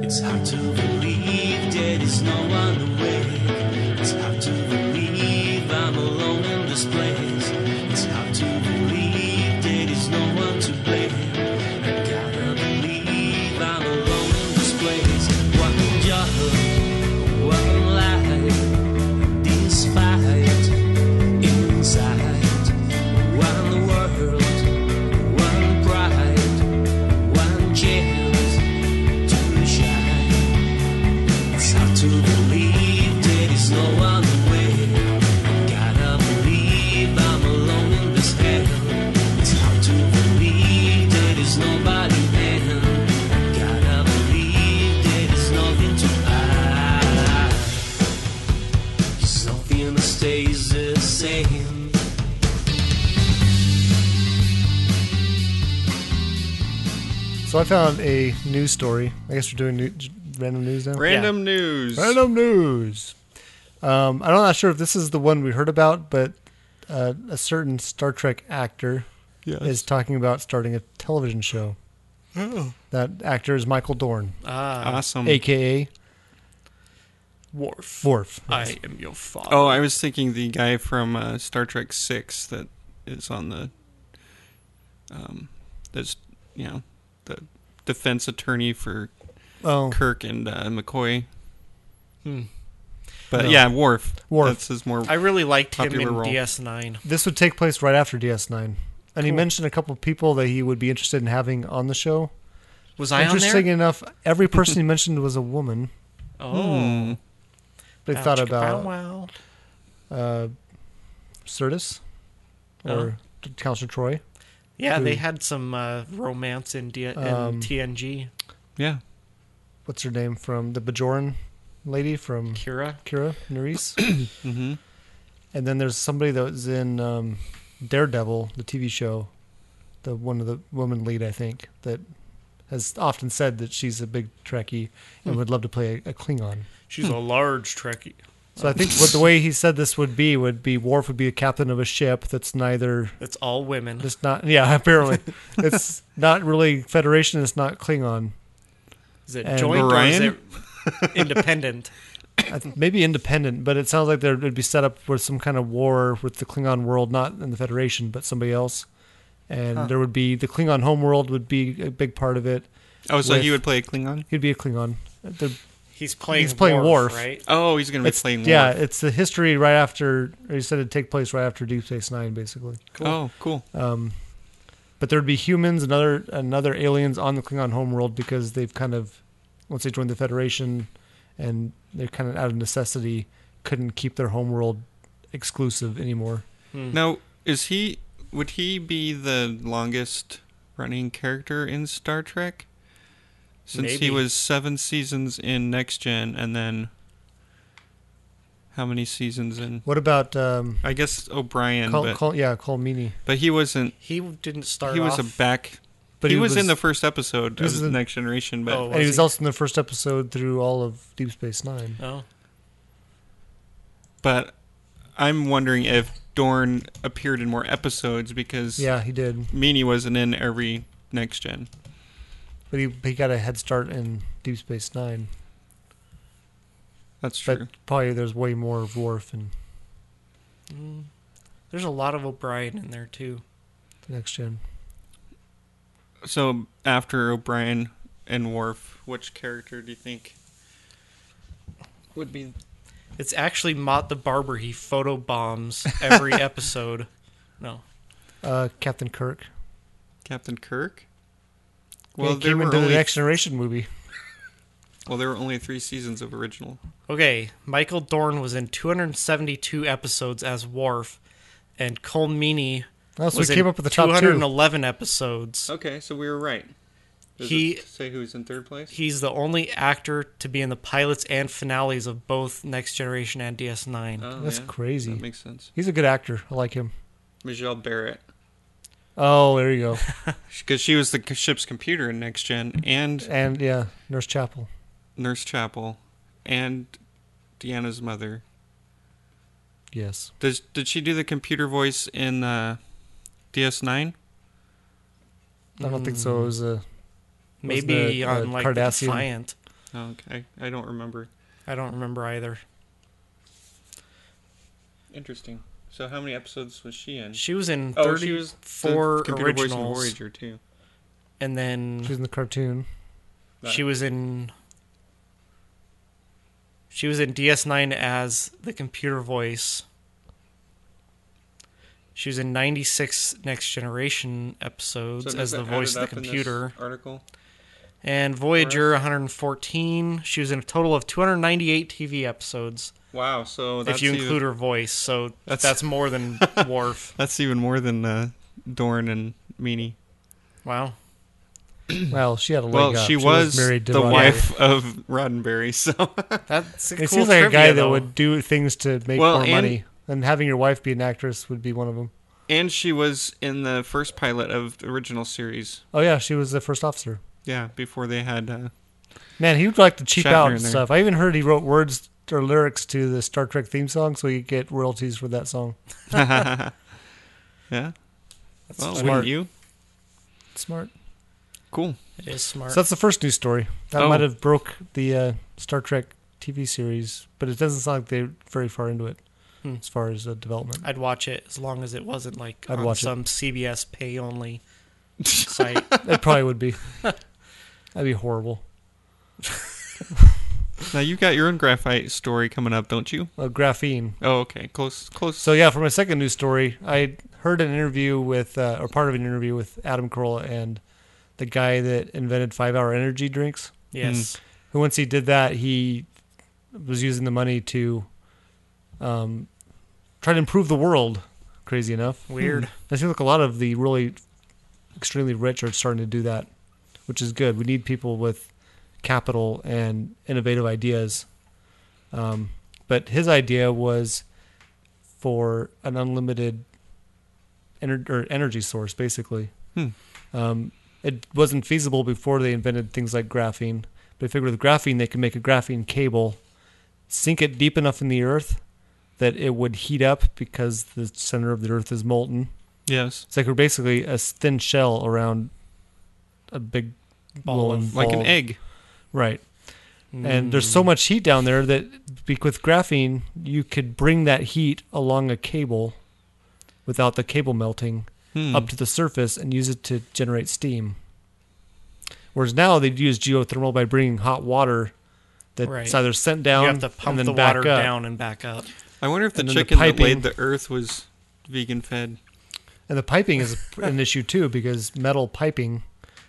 It's hard to believe there is no one awake. It's hard to believe I'm alone in this place. It's hard to believe there is no one to blame. I gotta believe I'm alone in this place. One young. One life, this fight inside. One world, one pride, one chance to shine. It's hard to believe there is no one way. Gotta believe I'm alone in this hell. It's hard to believe there is nobody there. Gotta believe there is nothing to hide. Cause nothing stays the same. So I found a news story. I guess we're doing new, j- random news now. Random news. Random news. Um, I'm not sure if this is the one we heard about, but uh, a certain Star Trek actor Yes. is talking about starting a television show. Oh. That actor is Michael Dorn, Awesome. aka Worf. Worf. I am your father. Oh, I was thinking the guy from uh, Star Trek Six that is on the, um, that's you know, the defense attorney for Oh, Kirk and uh, McCoy. But yeah, Worf. Hmm. Worf. That's his more. I really liked him Popular in role. DS9. this would take place right after DS9, and he mentioned a couple of people that he would be interested in having on the show. Was I on Interesting there? enough, every person he mentioned was a woman. Oh, Hmm. They thought Ouch, about wow. uh, Certus Uh-huh. or T- Counselor Troy. Yeah, Who- they had some uh, romance in, D- in Um, TNG. yeah. What's her name from the Bajoran lady from Kira. Kira Nerys? mm-hmm. And then there's somebody that was in um, Daredevil, the TV show, the one of the woman lead, I think, that has often said that she's a big Trekkie and would love to play a, a Klingon. She's a large Trekkie. So I think what the way he said this would be would be Worf would be a captain of a ship that's neither That's all women. It's not. Yeah, apparently it's not really Federation. It's not Klingon. Is it and joint or is Orion? it independent? I th- Maybe independent, but it sounds like there would be set up with some kind of war with the Klingon world, not in the Federation, but somebody else. And there would be the Klingon homeworld would be a big part of it. Oh, so he With- would play a Klingon. He'd be a Klingon. The- He's playing. He's playing Worf, Worf. right? Oh, he's gonna be it's- playing. yeah, Worf. it's the history right after. Or you said it'd take place right after Deep Space Nine, basically. Oh, cool. but there'd be humans and other another aliens on the Klingon homeworld because they've kind of once they joined the Federation and they're kind of out of necessity couldn't keep their homeworld exclusive anymore. Now, is he? Would he be the longest running character in Star Trek? Since Maybe. he was seven seasons in Next Gen, and then how many seasons in? What about um, I guess O'Brien, Col, but, Col, yeah, Colmini? but he wasn't. He didn't start. He was a off- back. But he, he was, was- in the first episode he was of the in- Next Generation, but Oh, and he was was he? also in the first episode through all of Deep Space Nine. Oh, but I'm wondering if Dorn appeared in more episodes because Yeah, he did, Meany wasn't in every Next Gen. but he he got a head start in Deep Space Nine. That's true. But probably there's way more of Worf and there's a lot of O'Brien in there too. Next Gen. So after O'Brien and Worf, which character do you think? Would be. It's actually Mott the barber. He photobombs every episode. No, Uh, Captain Kirk. Captain Kirk? Well, Well, he there came were into the only Next Generation movie. Well, there were only three seasons of original. Okay, Michael Dorn was in 272 episodes as Worf, and Cole Meany Oh, so was we came in up with the top two. 211 episodes. Okay, so we were right. Does He- it say who's in third place? He's the only actor to be in the pilots and finales of both Next Generation and DS9. Oh, That's yeah. crazy. That makes sense. He's a good actor. I like him. Michelle Barrett, Oh, there you go. because she was the c- ship's computer in Next Gen and And yeah, Nurse Chapel. Nurse Chapel, and Deanna's mother. Yes. Does did she do the computer voice in uh, DS9? I don't think so. It was a Maybe the, uh, on like the Cardassian? Defiant. Oh, okay, I don't remember. I don't remember either. Interesting. So how many episodes was she in? She was in oh, 34 she was the computer originals, voice in Voyager too. and then she was in the cartoon. She was in. She was in DS9 as the computer voice. She was in 96 Next Generation episodes So as is the it voice of the added up in this computer. Article. And Voyager 114. She was in a total of 298 TV episodes Wow. So that's if you include even, her voice. So that's, That's- more than Worf. that's even more than uh, Dorn and Meanie. Wow. Well, she had a leg Well, up. she, was, married to the Ron wife of Roddenberry, so That's a It cool seems like a trivia, guy that though. would do things to make Well, more and- money, and having your wife be an actress would be one of them. and she was in the first pilot of the original series. Oh yeah, she was the first officer. Yeah, before they had uh, Man, he would like to cheap Shatner out in and there. stuff. I even heard he wrote words or lyrics to the Star Trek theme song, so you get royalties for that song. yeah. well, smart. wouldn't you? Smart. Cool. It is smart. So that's the first news story. That Oh. might have broke the uh, Star Trek TV series, but it doesn't sound like they're very far into it Hmm. as far as uh, development. I'd watch it as long as it wasn't like I'd on watch it. some CBS pay only site. it probably would be. That'd be horrible. Now you got your own graphite story coming up, don't you? Uh, graphene. Oh, okay. Close, close. So yeah, for my second news story, I heard an interview with, uh, or part of an interview with Adam Carolla and the guy that invented five-hour energy drinks. Yes. Who, once he did that, he was using the money to um, try to improve the world. Crazy enough. Weird. I feel like a lot of the really extremely rich are starting to do that, which is good. We need people with capital and innovative ideas. Um, but his idea was for an unlimited ener- or energy source, basically. Um, it wasn't feasible before they invented things like graphene. But they figured with graphene, they could make a graphene cable, sink it deep enough in the earth that it would heat up because the center of the earth is molten. Yes. It's like we're basically a thin shell around a big ball of Like ball. an egg. right? And there's Mm. so much heat down there that be- with graphene, you could bring that heat along a cable without the cable melting Hmm. up to the surface and use it to generate steam. Whereas now they'd use geothermal by bringing hot water that's Right. either sent down you have to pump Um, and then the back water up. down and back up. I wonder if the And then the chicken that piping- laid the earth was vegan fed. And the piping is an issue too because metal piping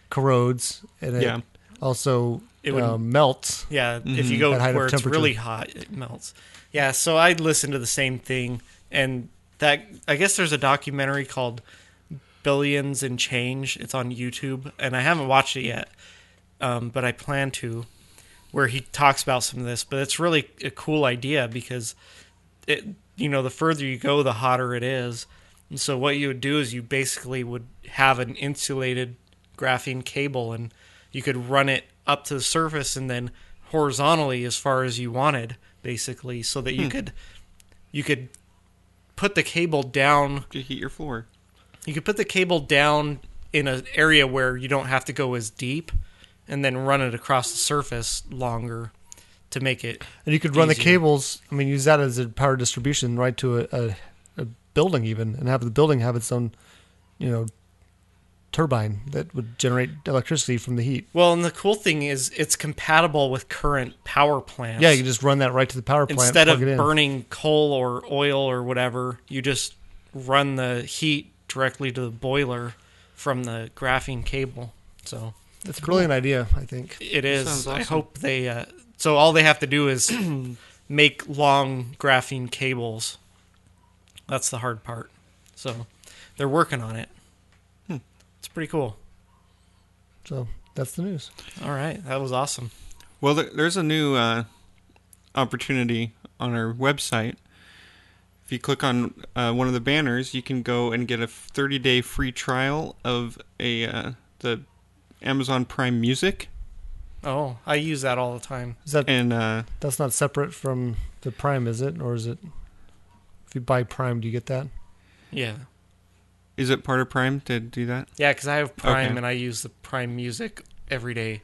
corrodes and it Yeah. also It would- uh, melts. Yeah, if you go Mm-hmm. At height of where it's temperature. really hot, it melts. Yeah, so I listened to the same thing, and that I guess there's a documentary called Billions and Change. It's on YouTube, and I haven't watched it yet, um, but I plan to, where he talks about some of this. But it's really a cool idea because it, you know, the further you go, the hotter it is. And so what you would do is you basically would have an insulated graphene cable and you could run it up to the surface and then horizontally as far as you wanted, basically, so that you could you could put the cable down to heat your floor. you could put the cable down in an area where you don't have to go as deep and then run it across the surface longer to make it And you could run the Easier. cables. I mean, use that as a power distribution right to a, a, a building, even, and have the building have its own, you know, turbine that would generate electricity from the heat. Well, and the cool thing is it's compatible with current power plants. Yeah, you could just run that right to the power plant. instead of plug it in. burning coal or oil or whatever, you just run the heat directly to the boiler from the graphene cable. So That's a brilliant idea, I think. It is. sounds I awesome. hope they. Uh, so all they have to do is make long graphene cables. That's the hard part. So they're working on it. Hmm. It's pretty cool. So that's the news. All right, that was awesome. Well, there, there's a new uh, opportunity on our website. If you click on uh, one of the banners, you can go and get a 30-day free trial of a uh, the Amazon Prime Music, Oh, I use that all the time. Is that and uh, that's not separate from the Prime, is it? Or is it? If you buy Prime, do you get that? Yeah, is it part of Prime to do that? yeah, because I have Prime Okay. and I use the Prime Music every day.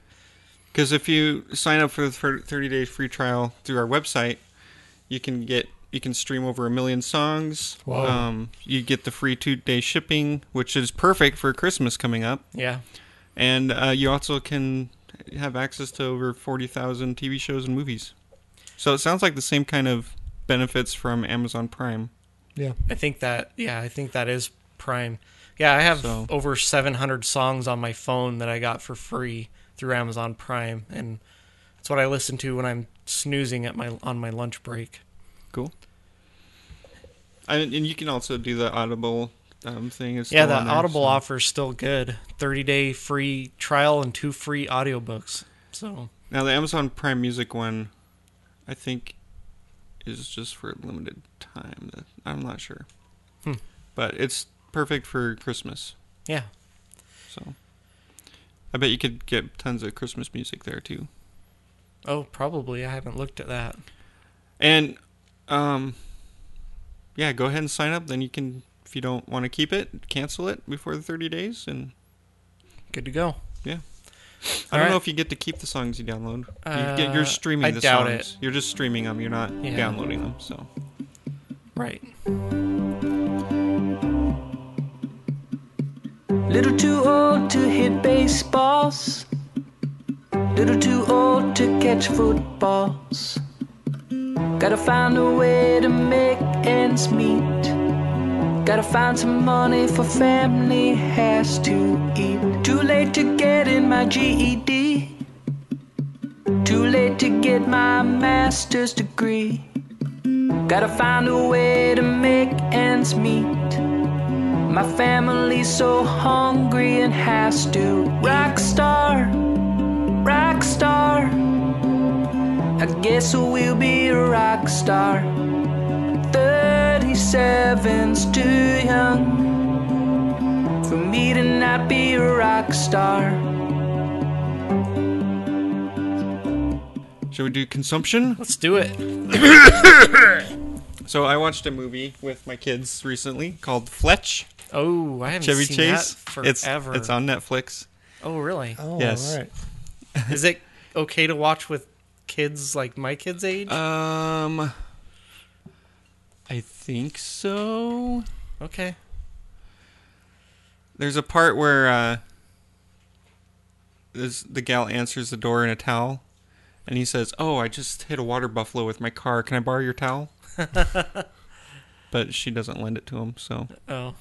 Because if you sign up for the thir- 30 day free trial through our website, you can get you can stream over a million songs. Wow. Um, you get the free two day shipping, which is perfect for Christmas coming up, Yeah, and uh, you also can have access to over 40,000 TV shows and movies. So it sounds like the same kind of benefits from Amazon Prime. Yeah. I think that. Yeah, I think that is Prime. Yeah, I have So- over 700 songs on my phone that I got for free through Amazon Prime, and that's what I listen to when I'm snoozing at my on my lunch break. Cool. And, and you can also do the Audible um, thing. It's Yeah, still the on there, Audible so- offer is still good. 30 day free trial and two free audiobooks. So Now the Amazon Prime Music one, I think, is just for a limited time. That- I'm not sure, Hmm. but it's perfect for Christmas. yeah, So I bet you could get tons of Christmas music there too. oh probably I haven't looked at that. And um, yeah, go ahead and sign up. Then you can, if you don't want to keep it, cancel it before the 30 days. And Good to go. yeah, I All don't right. know if you get to keep the songs you download. you get, you're Uh, streaming I the doubt songs. You're just streaming them. You're not Yeah. downloading them. So. Right. Little too old to hit baseballs. Little too old to catch footballs. Gotta find a way to make ends meet. Gotta find some money for family has to eat. Too late to get in my GED. Too late to get my master's degree. Gotta find a way to make ends meet. My family's so hungry and has to rock star, rock star. I guess we'll be a rock star. 37's too young for me to not be a rock star. Should we do consumption? Let's do it. So I watched a movie with my kids recently called Fletch. Oh, I haven't Chevy seen Chase. that forever. It's it's on Netflix. Oh really? Oh, Yes. all right. Is it okay to watch with kids like my kids' age? Um, I think so. okay. There's a part where uh, there's, the gal answers the door in a towel, and he says, "Oh, I just hit a water buffalo with my car. Can I borrow your towel?" but she doesn't lend it to him. So Oh.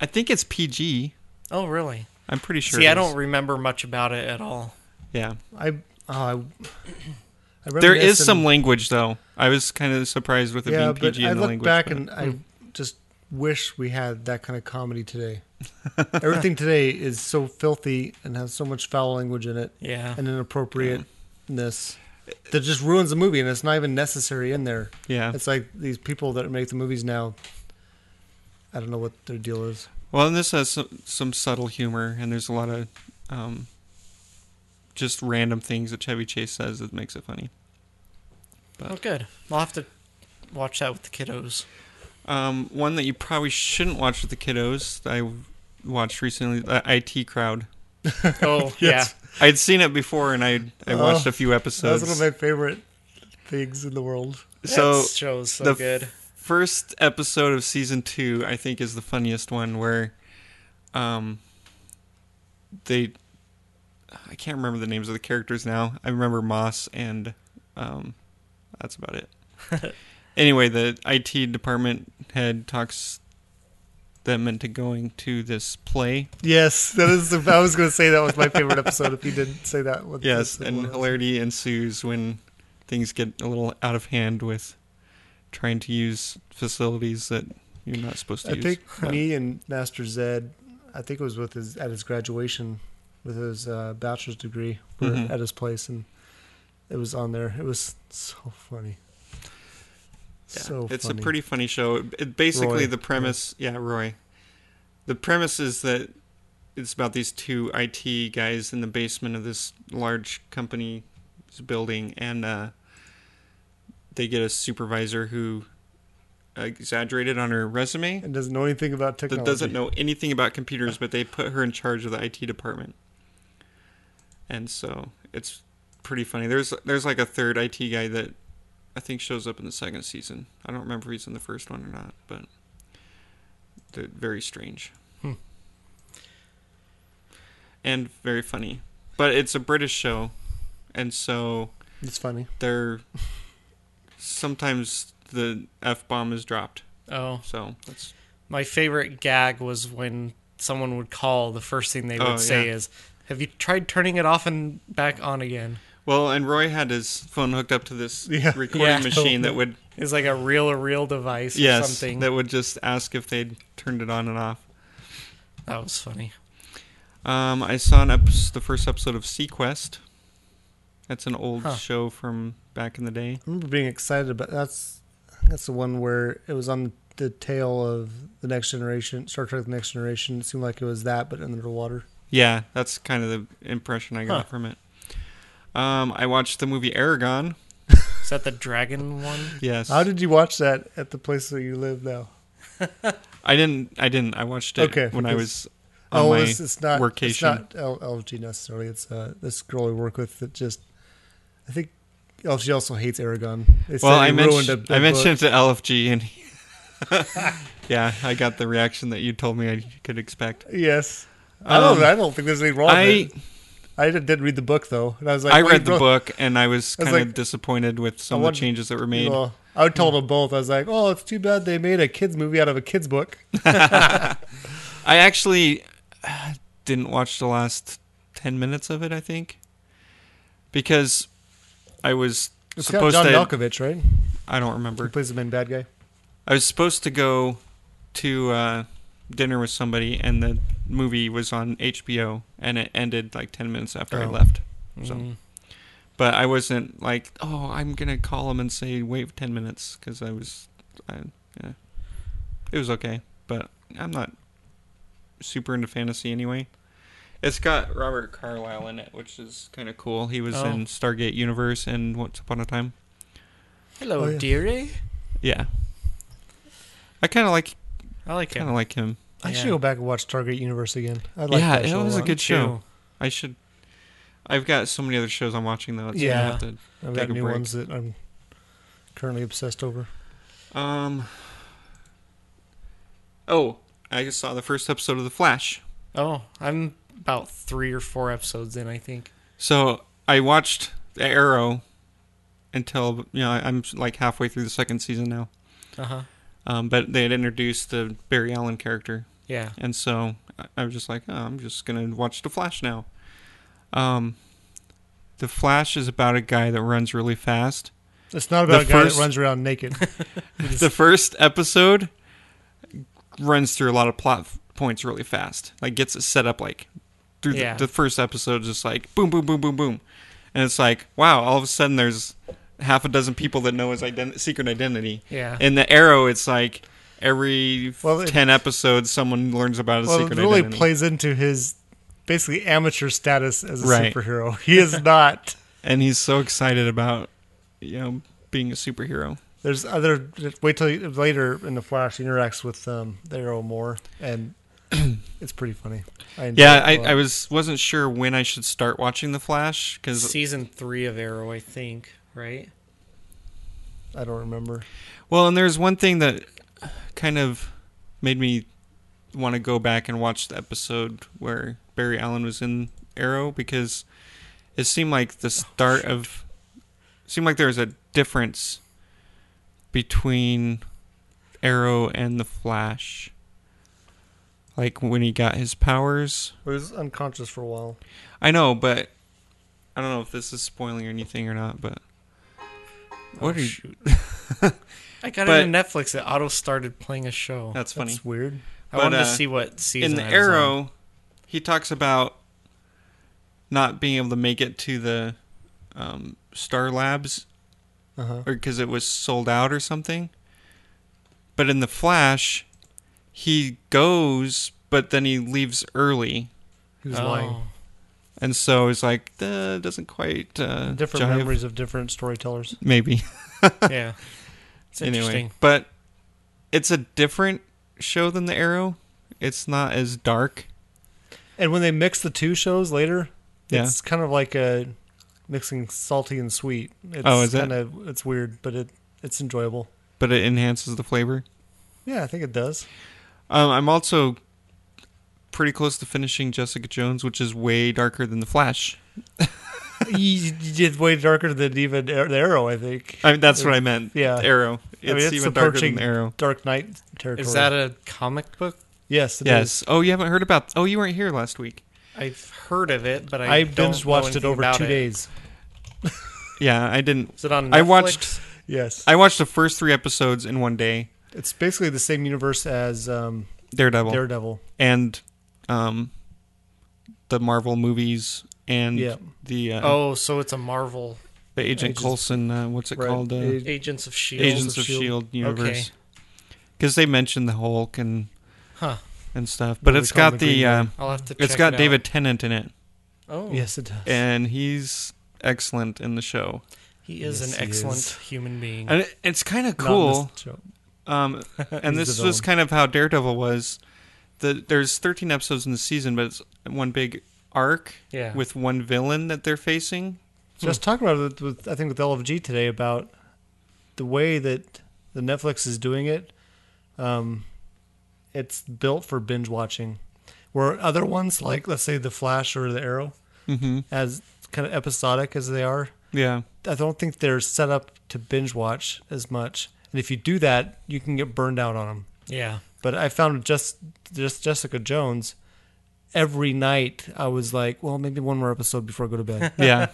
I think it's PG. Oh really? I'm pretty sure. See, it I is. don't remember much about it at all. Yeah. I, oh, I, I There reminisce is and- some language though. I was kind of surprised with it Yeah, being PG but I in the look language. back but- mm. and I just wish we had that kind of comedy today. Everything today is so filthy and has so much foul language in it Yeah. and inappropriateness that just ruins the movie, and it's not even necessary in there. yeah. It's like these people that make the movies now. I don't know what their deal is. Well, and this has some, some subtle humor, and there's a lot of um, just random things that Chevy Chase says that makes it funny. Oh good. I'll have to watch that with the kiddos. Um, one that you probably shouldn't watch with the kiddos. that I watched recently, the IT Crowd. Oh yeah. I'd seen it before, and I Oh, I watched a few That's episodes. one of my favorite things in the world. so that show's so the f- good. first episode of season two, I think, is the funniest one where, um, they, I can't remember the names of the characters now. I remember Moss and, um, that's about it. anyway, the IT department head talks, them into going to this play. Yes, that is. The, I was going to say that was my favorite episode. If you didn't say that, what- Yes, what- and hilarity ensues when things get a little out of hand with trying to use facilities that you're not supposed to I use. think But me and Master Zed, I think it was with his at his graduation, with his uh, bachelor's degree, we were Mhm. at his place, and it was on there. It was so funny. Yeah, so it's funny. a pretty funny show. It- It, basically, Roy, the premise, yeah. Roy. The premise is that it's about these two IT guys in the basement of this large company's building, and uh, they get a supervisor who exaggerated on her resume and doesn't know anything about technology. that doesn't know anything about computers, but they put her in charge of the IT department. And so it's pretty funny. There's there's like a third IT guy that I think shows up in the second season. I don't remember if he's in the first one or not, but they're very strange. And very funny. But it's a British show, and so It's funny. they're sometimes the F bomb is dropped. Oh, So that's my favorite gag was when someone would call. The first thing they would Oh, say yeah. is, "Have you tried turning it off and back on again?" Well, and Roy had his phone hooked up to this Yeah. recording Yeah. machine that would It's like a reel-a-reel device or yes, something. that would just ask if they'd turned it on and off. that was funny. Um, I saw an eps the first episode of Sequest. That's an old Huh. show from back in the day. I remember being excited about that's that's the one where it was on the tail of the next generation, Star Trek: The Next Generation. It seemed like it was that, but underwater. Yeah, that's kind of the impression I got from it. Um, I watched the movie Aragon. Is that the dragon one? Yes, How did you watch that at the place where you live now? I didn't. I didn't. I watched it Okay, when I because- was on my Oh, it's, it's not workation. It's not L- LG necessarily. It's uh, this girl we work with that just. I think LG also hates Aragon. They said well, he I ruined mentioned a- a I mentioned book. it to LFG, and he- yeah, I got the reaction that you told me I could expect. Yes, I don't. Um, I don't think there's anything wrong. I- with it. I did, did read the book though, and I was like, I "Wait, read the bro." book, and I was I was kind of like- disappointed with some I of the wanted- changes that were made. Well, I would hmm. tell them both. I was like, "Oh, it's too bad they made a kids movie out of a kids book." I actually uh, didn't watch the last ten minutes of it. I think because I was It's got supposed John to. Malkovich, right? I don't Who remember. plays the main bad guy? I was supposed to go to uh, dinner with somebody, and the movie was on HBO, and it ended like ten minutes after I Oh. left. So, but I wasn't like, oh, I'm gonna call him and say wait ten minutes because I was, I, yeah, it was okay. But I'm not super into fantasy anyway. It's got Robert Carlyle in it, which is kind of cool. He was Oh. in Stargate Universe and Once Upon a Time. Hello, Oh, yeah. dearie. Yeah, I kind of like I like kind him. of like him. I should Yeah. go back and watch Target Universe again. I like yeah, that it show was a a lot. good show. too. I should. I've got so many other shows I'm watching though. It's Yeah. yeah. Have to, I've Take got a new break. ones that I'm currently obsessed over. um. Oh, I just saw the first episode of The Flash. Oh, I'm about three or four episodes in, I think. So I watched The Arrow until you know I- I'm like halfway through the second season now. Uh huh. Um, but they had introduced the Barry Allen character, Yeah. and so I, I was just like, oh, I'm just gonna watch The Flash now. Um, The Flash is about a guy that runs really fast. It's not The about a guy first- that runs around naked. the first episode runs through a lot of plot f- points really fast. Like gets it set up like through Yeah. the, the first episode, just like boom, boom, boom, boom, boom, and it's like wow, all of a sudden there's half a dozen people that know his ident- secret identity. Yeah. In the Arrow, it's like every Well, it- ten episodes someone learns about his well, it secret really identity. plays into his basically amateur status as a Right. superhero. He is not. and he's so excited about you know being a superhero. There's other. Wait till you- later in the Flash he interacts with um, the Arrow more, and it's pretty funny. I enjoy Yeah, it a I, lot. I was wasn't sure when I should start watching The Flash because Season three of Arrow, I think. Right. I don't remember. Well, and there's one thing that kind of made me want to go back and watch the episode where Barry Allen was in Arrow because it seemed like the start of seemed like there was a difference between Arrow and the Flash. like when he got his powers. He was unconscious for a while. I know, but I don't know if this is spoiling or anything or not. But what are you? I got But- it on Netflix. It auto started playing a show. That's funny. That's weird. I But, wanted uh, to see what season in the I was on. Arrow, he talks about not being able to make it to the um, Star Labs, Uh-huh. or because it was sold out or something. But in the Flash, he goes, but then he leaves early, He was Oh. lying. and so it's like uh, doesn't quite uh, Different jive. memories of different storytellers. maybe. yeah, it's interesting. anyway, but it's a different show than the Arrow. It's not as dark. And when they mix the two shows later, Yeah. it's kind of like a mixing salty and sweet. It's Oh, is it? kind of it's weird, but it it's enjoyable. but it enhances the flavor. Yeah, I think it does. Um, I'm also pretty close to finishing Jessica Jones, which is way darker than The Flash. you, you did way darker than even Ar- the Arrow, I think. I mean, that's what I meant. Yeah. Arrow. It's, I mean, even darker than the Arrow. Dark Knight territory. Is that a comic book? yes? It is. Yes. Oh, you haven't heard about? Oh, you weren't here last week. I've heard of it, but I, I don't binge know watched it anything over about two it. days. Yeah, I didn't. Is it on? Netflix? I watched. Yes, I watched the first three episodes in one day. it's basically the same universe as um, Daredevil Daredevil. and um, the Marvel movies and Yeah. the uh, Oh, so it's a Marvel the Agent Agents- Coulson. Uh, what's it Right. called? Uh, Ag- Agents of Shield. Agents of Shield E universe. Okay. Because they mentioned the Hulk and Huh. and stuff, but What do it's we call got him, the Green the uh, Man? I'll have to. Check it's got it out. David Tennant in it, Oh, Yes, it does. and he's excellent in the show. he is Yes, an he excellent is. human being. And it, it's kind of Not in this cool. show. Um, and He's this the was villain. kind of how Daredevil was. The, there's 13 episodes in the season, but it's one big arc Yeah. with one villain that they're facing. Just talking about it with I think with LFG today about the way that the Netflix is doing it. Um, it's built for binge watching, where other ones like let's say the Flash or the Arrow, Mm-hmm. as kind of episodic as they are, Yeah, I don't think they're set up to binge watch as much. And if you do that, you can get burned out on them. yeah. But I found just just Jessica Jones. Every night I was like, well, maybe one more episode before I go to bed. yeah.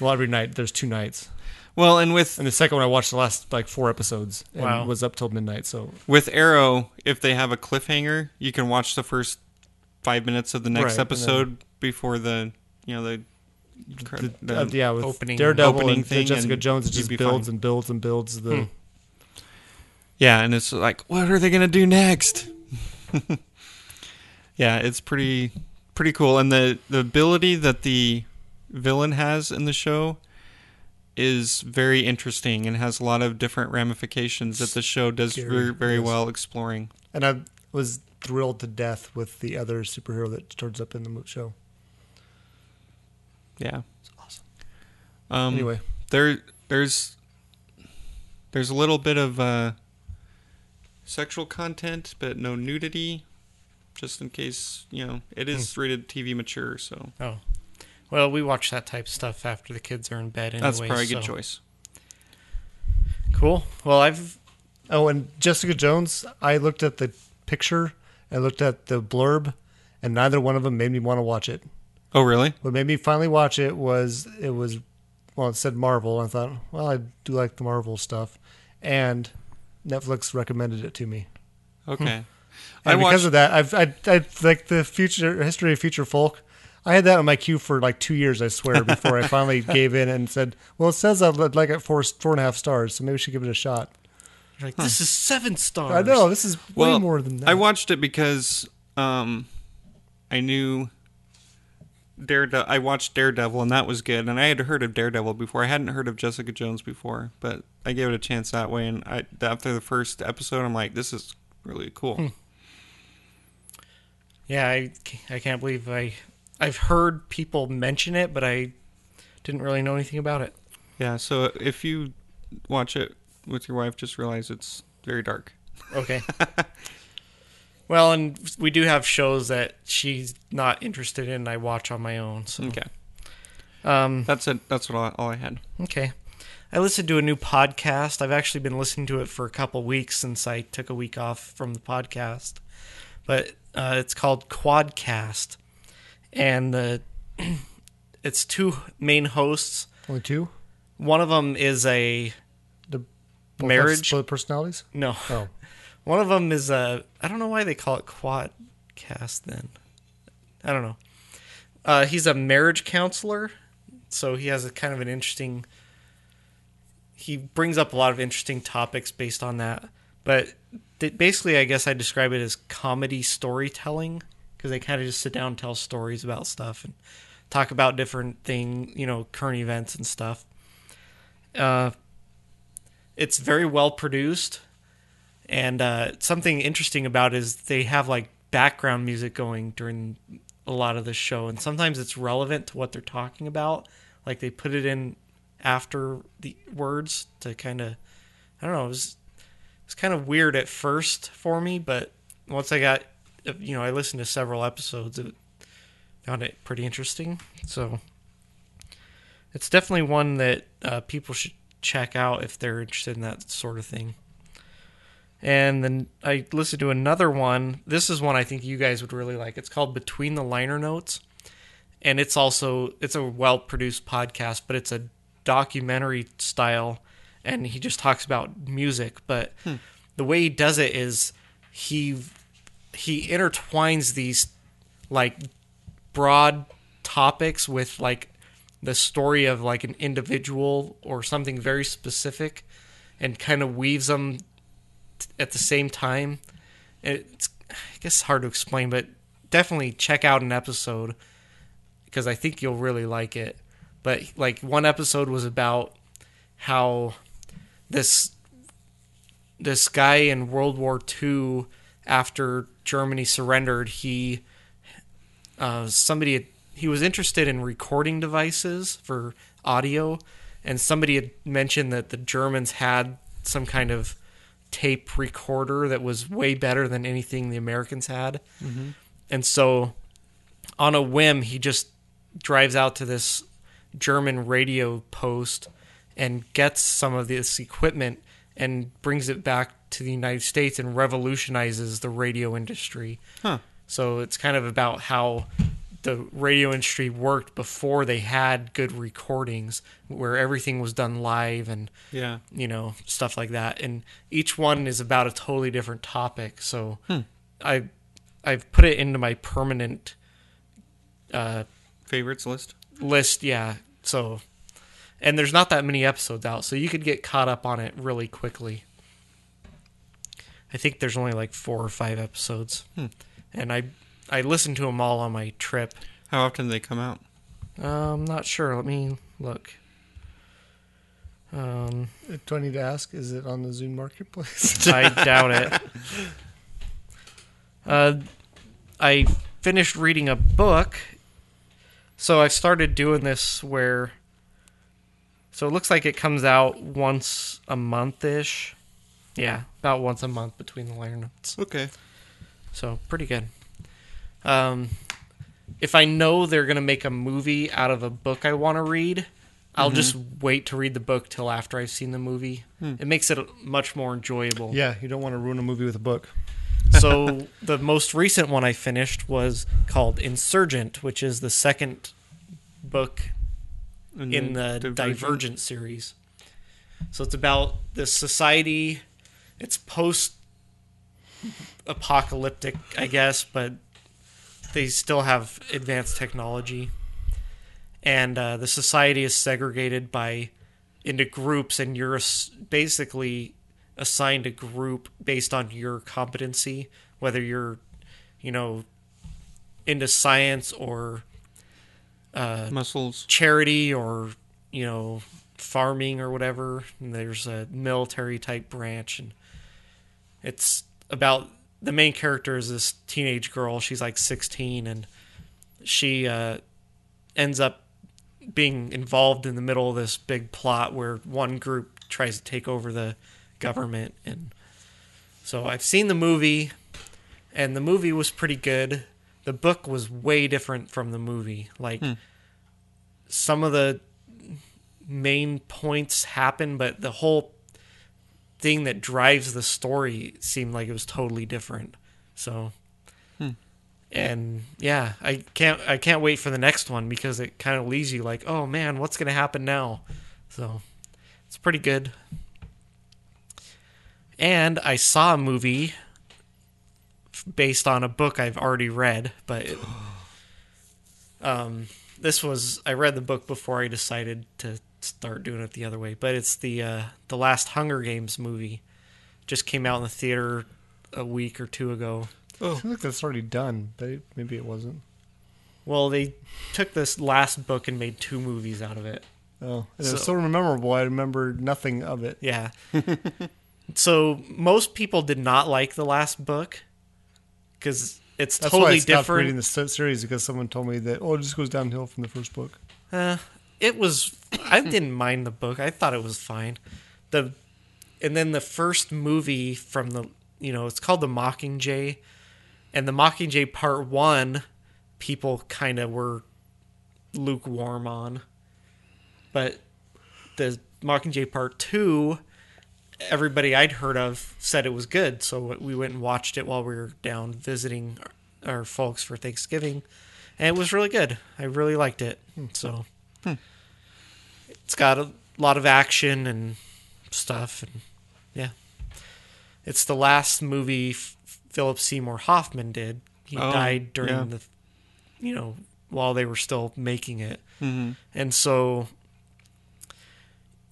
well, every night there's two nights, well, and with and the second one I watched the last like four episodes and Wow. was up till midnight. So with Arrow, if they have a cliffhanger, you can watch the first five minutes of the Right, next and episode before the you know the, the, the- uh, yeah, with opening- Daredevil opening and the thing Jessica and Jones, it you'd just be builds fine. Hmm. and builds and builds the. yeah, and it's like what are they gonna do next? yeah, it's pretty pretty cool, and the the ability that the villain has in the show is very interesting and has a lot of different ramifications that the show does Scary, very, very yes. well exploring. And I was thrilled to death with the other superhero that turns up in the mo- show. Yeah, it's awesome. Um, Anyway, there there's there's a little bit of uh, sexual content, but no nudity. Just in case, you know, it Hmm. is rated TV mature, so Oh, well, we watch that type of stuff after the kids are in bed. Anyway, that's probably a good so- choice. Cool. Well, I've oh, and Jessica Jones, I looked at the picture, I looked at the blurb, and neither one of them made me want to watch it. Oh, really? What made me finally watch it was it was well, it said Marvel, and I thought, well, I do like the Marvel stuff, and Netflix recommended it to me. Okay. Hmm. And I because watched. of that, I've I, I like the future history of future folk. I had that on my queue for like two years, I swear, before I finally gave in and said, "Well, it says I'd like it four four and a half stars, so maybe we should give it a shot." you're like this is seven stars. I know this is way well, more than that. I watched it because um, I knew Daredevil. I watched Daredevil, and that was good. And I had heard of Daredevil before. I hadn't heard of Jessica Jones before, but I gave it a chance that way. And I, after the first episode, I'm like, this is really cool. Hmm. Yeah, I, ca- I can't believe I I've heard people mention it, but I didn't really know anything about it. Yeah, so if you watch it with your wife, just realize it's very dark. Okay. well, and we do have shows that she's not interested in. I watch on my own. So Okay, um, that's it. That's what all, all I had. okay. I listened to a new podcast. I've actually been listening to it for a couple weeks since I took a week off from the podcast, but Uh, it's called Quadcast, and the it's two main hosts. Only two? One of them is a The both have Marriage? split personalities? no. Oh. One of them is a. I don't know why they call it Quadcast. Then I don't know. Uh, he's a marriage counselor, so he has a kind of an interesting. He brings up a lot of interesting topics based on that, but th- basically, I guess I describe it as comedy storytelling because they kind of just sit down and tell stories about stuff and talk about different thing, you know, current events and stuff. Uh, it's very well produced. And uh, something interesting about it is they have like background music going during a lot of the show, and sometimes it's relevant to what they're talking about. Like they put it in after the words to kind of, I don't know, it was it's kind of weird at first for me, but once I got, you know, I listened to several episodes, it found it pretty interesting. So it's definitely one that uh, people should check out if they're interested in that sort of thing. And then I listened to another one. This is one I think you guys would really like. It's called Between the Liner Notes. And it's also it's a well-produced podcast, but it's a documentary style and he just talks about music, but the way he does it is he he intertwines these like broad topics with like the story of like an individual or something very specific and kind of weaves them at the same time. And It's I guess hard to explain, but definitely check out an episode because I think you'll really like it. But like one episode was about how this this guy in World War II after Germany surrendered, he uh, somebody had, he was interested in recording devices for audio, and somebody had mentioned that the Germans had some kind of tape recorder that was way better than anything the Americans had, and so on a whim he just drives out to this German radio post and gets some of this equipment and brings it back to the United States and revolutionizes the radio industry. So it's kind of about how the radio industry worked before they had good recordings where everything was done live and Yeah. you know stuff like that and each one is about a totally different topic so i i've put it into my permanent Favorites list. list yeah so and there's not that many episodes out so you could get caught up on it really quickly i think there's only like four or five episodes and i i listened to them all on my trip How often do they come out? uh, i'm not sure let me look um Uh, Do I need to ask? Is it on the Zoom Marketplace? I doubt it. Uh, I finished reading a book, so I started doing this where. So it looks like it comes out once a month ish. Yeah, about once a month between the liner notes. Okay. So pretty good. Um, if I know they're gonna make a movie out of a book I want to read, I'll just wait to read the book till after I've seen the movie. It makes it much more enjoyable. yeah, you don't want to ruin a movie with a book. so the most recent one I finished was called Insurgent, which is the second book in the Divergent, series. So it's about this society. It's post apocalyptic, I guess, but they still have advanced technology. And uh, the society is segregated by into groups, and you're ass- basically assigned a group based on your competency, whether you're, you know, into science or muscles. charity or you know farming or whatever and there's a military type branch and it's about the main character is this teenage girl she's like 16 and she uh, ends up being involved in the middle of this big plot where one group tries to take over the government and so i've seen the movie and the movie was pretty good the book was way different from the movie like some of the main points happen, but the whole thing that drives the story seemed like it was totally different. So And yeah, I can't I can't wait for the next one because it kind of leaves you like, oh man, what's gonna happen now? So it's pretty good. And I saw a movie f- based on a book I've already read, but it, um, this was I read the book before I decided to start doing it the other way. But it's the uh, the last Hunger Games movie, just came out in the theater a week or two ago. I feel like that's already done, but it- maybe it wasn't. Well, they took this last book and made two movies out of it. Oh, and it was So- so memorable. I remember nothing of it. Yeah. so most people did not like the last book because it's That's why I totally stopped different. reading the se- series because someone told me that oh, it just goes downhill from the first book. Uh, it was. I didn't mind the book. I thought it was fine. The and then the first movie from the you know it's called the Mockingjay, and the Mockingjay Part One, people kind of were lukewarm on, but the Mockingjay Part Two, everybody I'd heard of said it was good. So we went and watched it while we were down visiting our, our folks for Thanksgiving, and it was really good. I really liked it. So it's got a lot of action and stuff, and yeah, it's the last movie F- Philip Seymour Hoffman did. He Oh, died during yeah. the, you know, while they were still making it. Mm-hmm. And so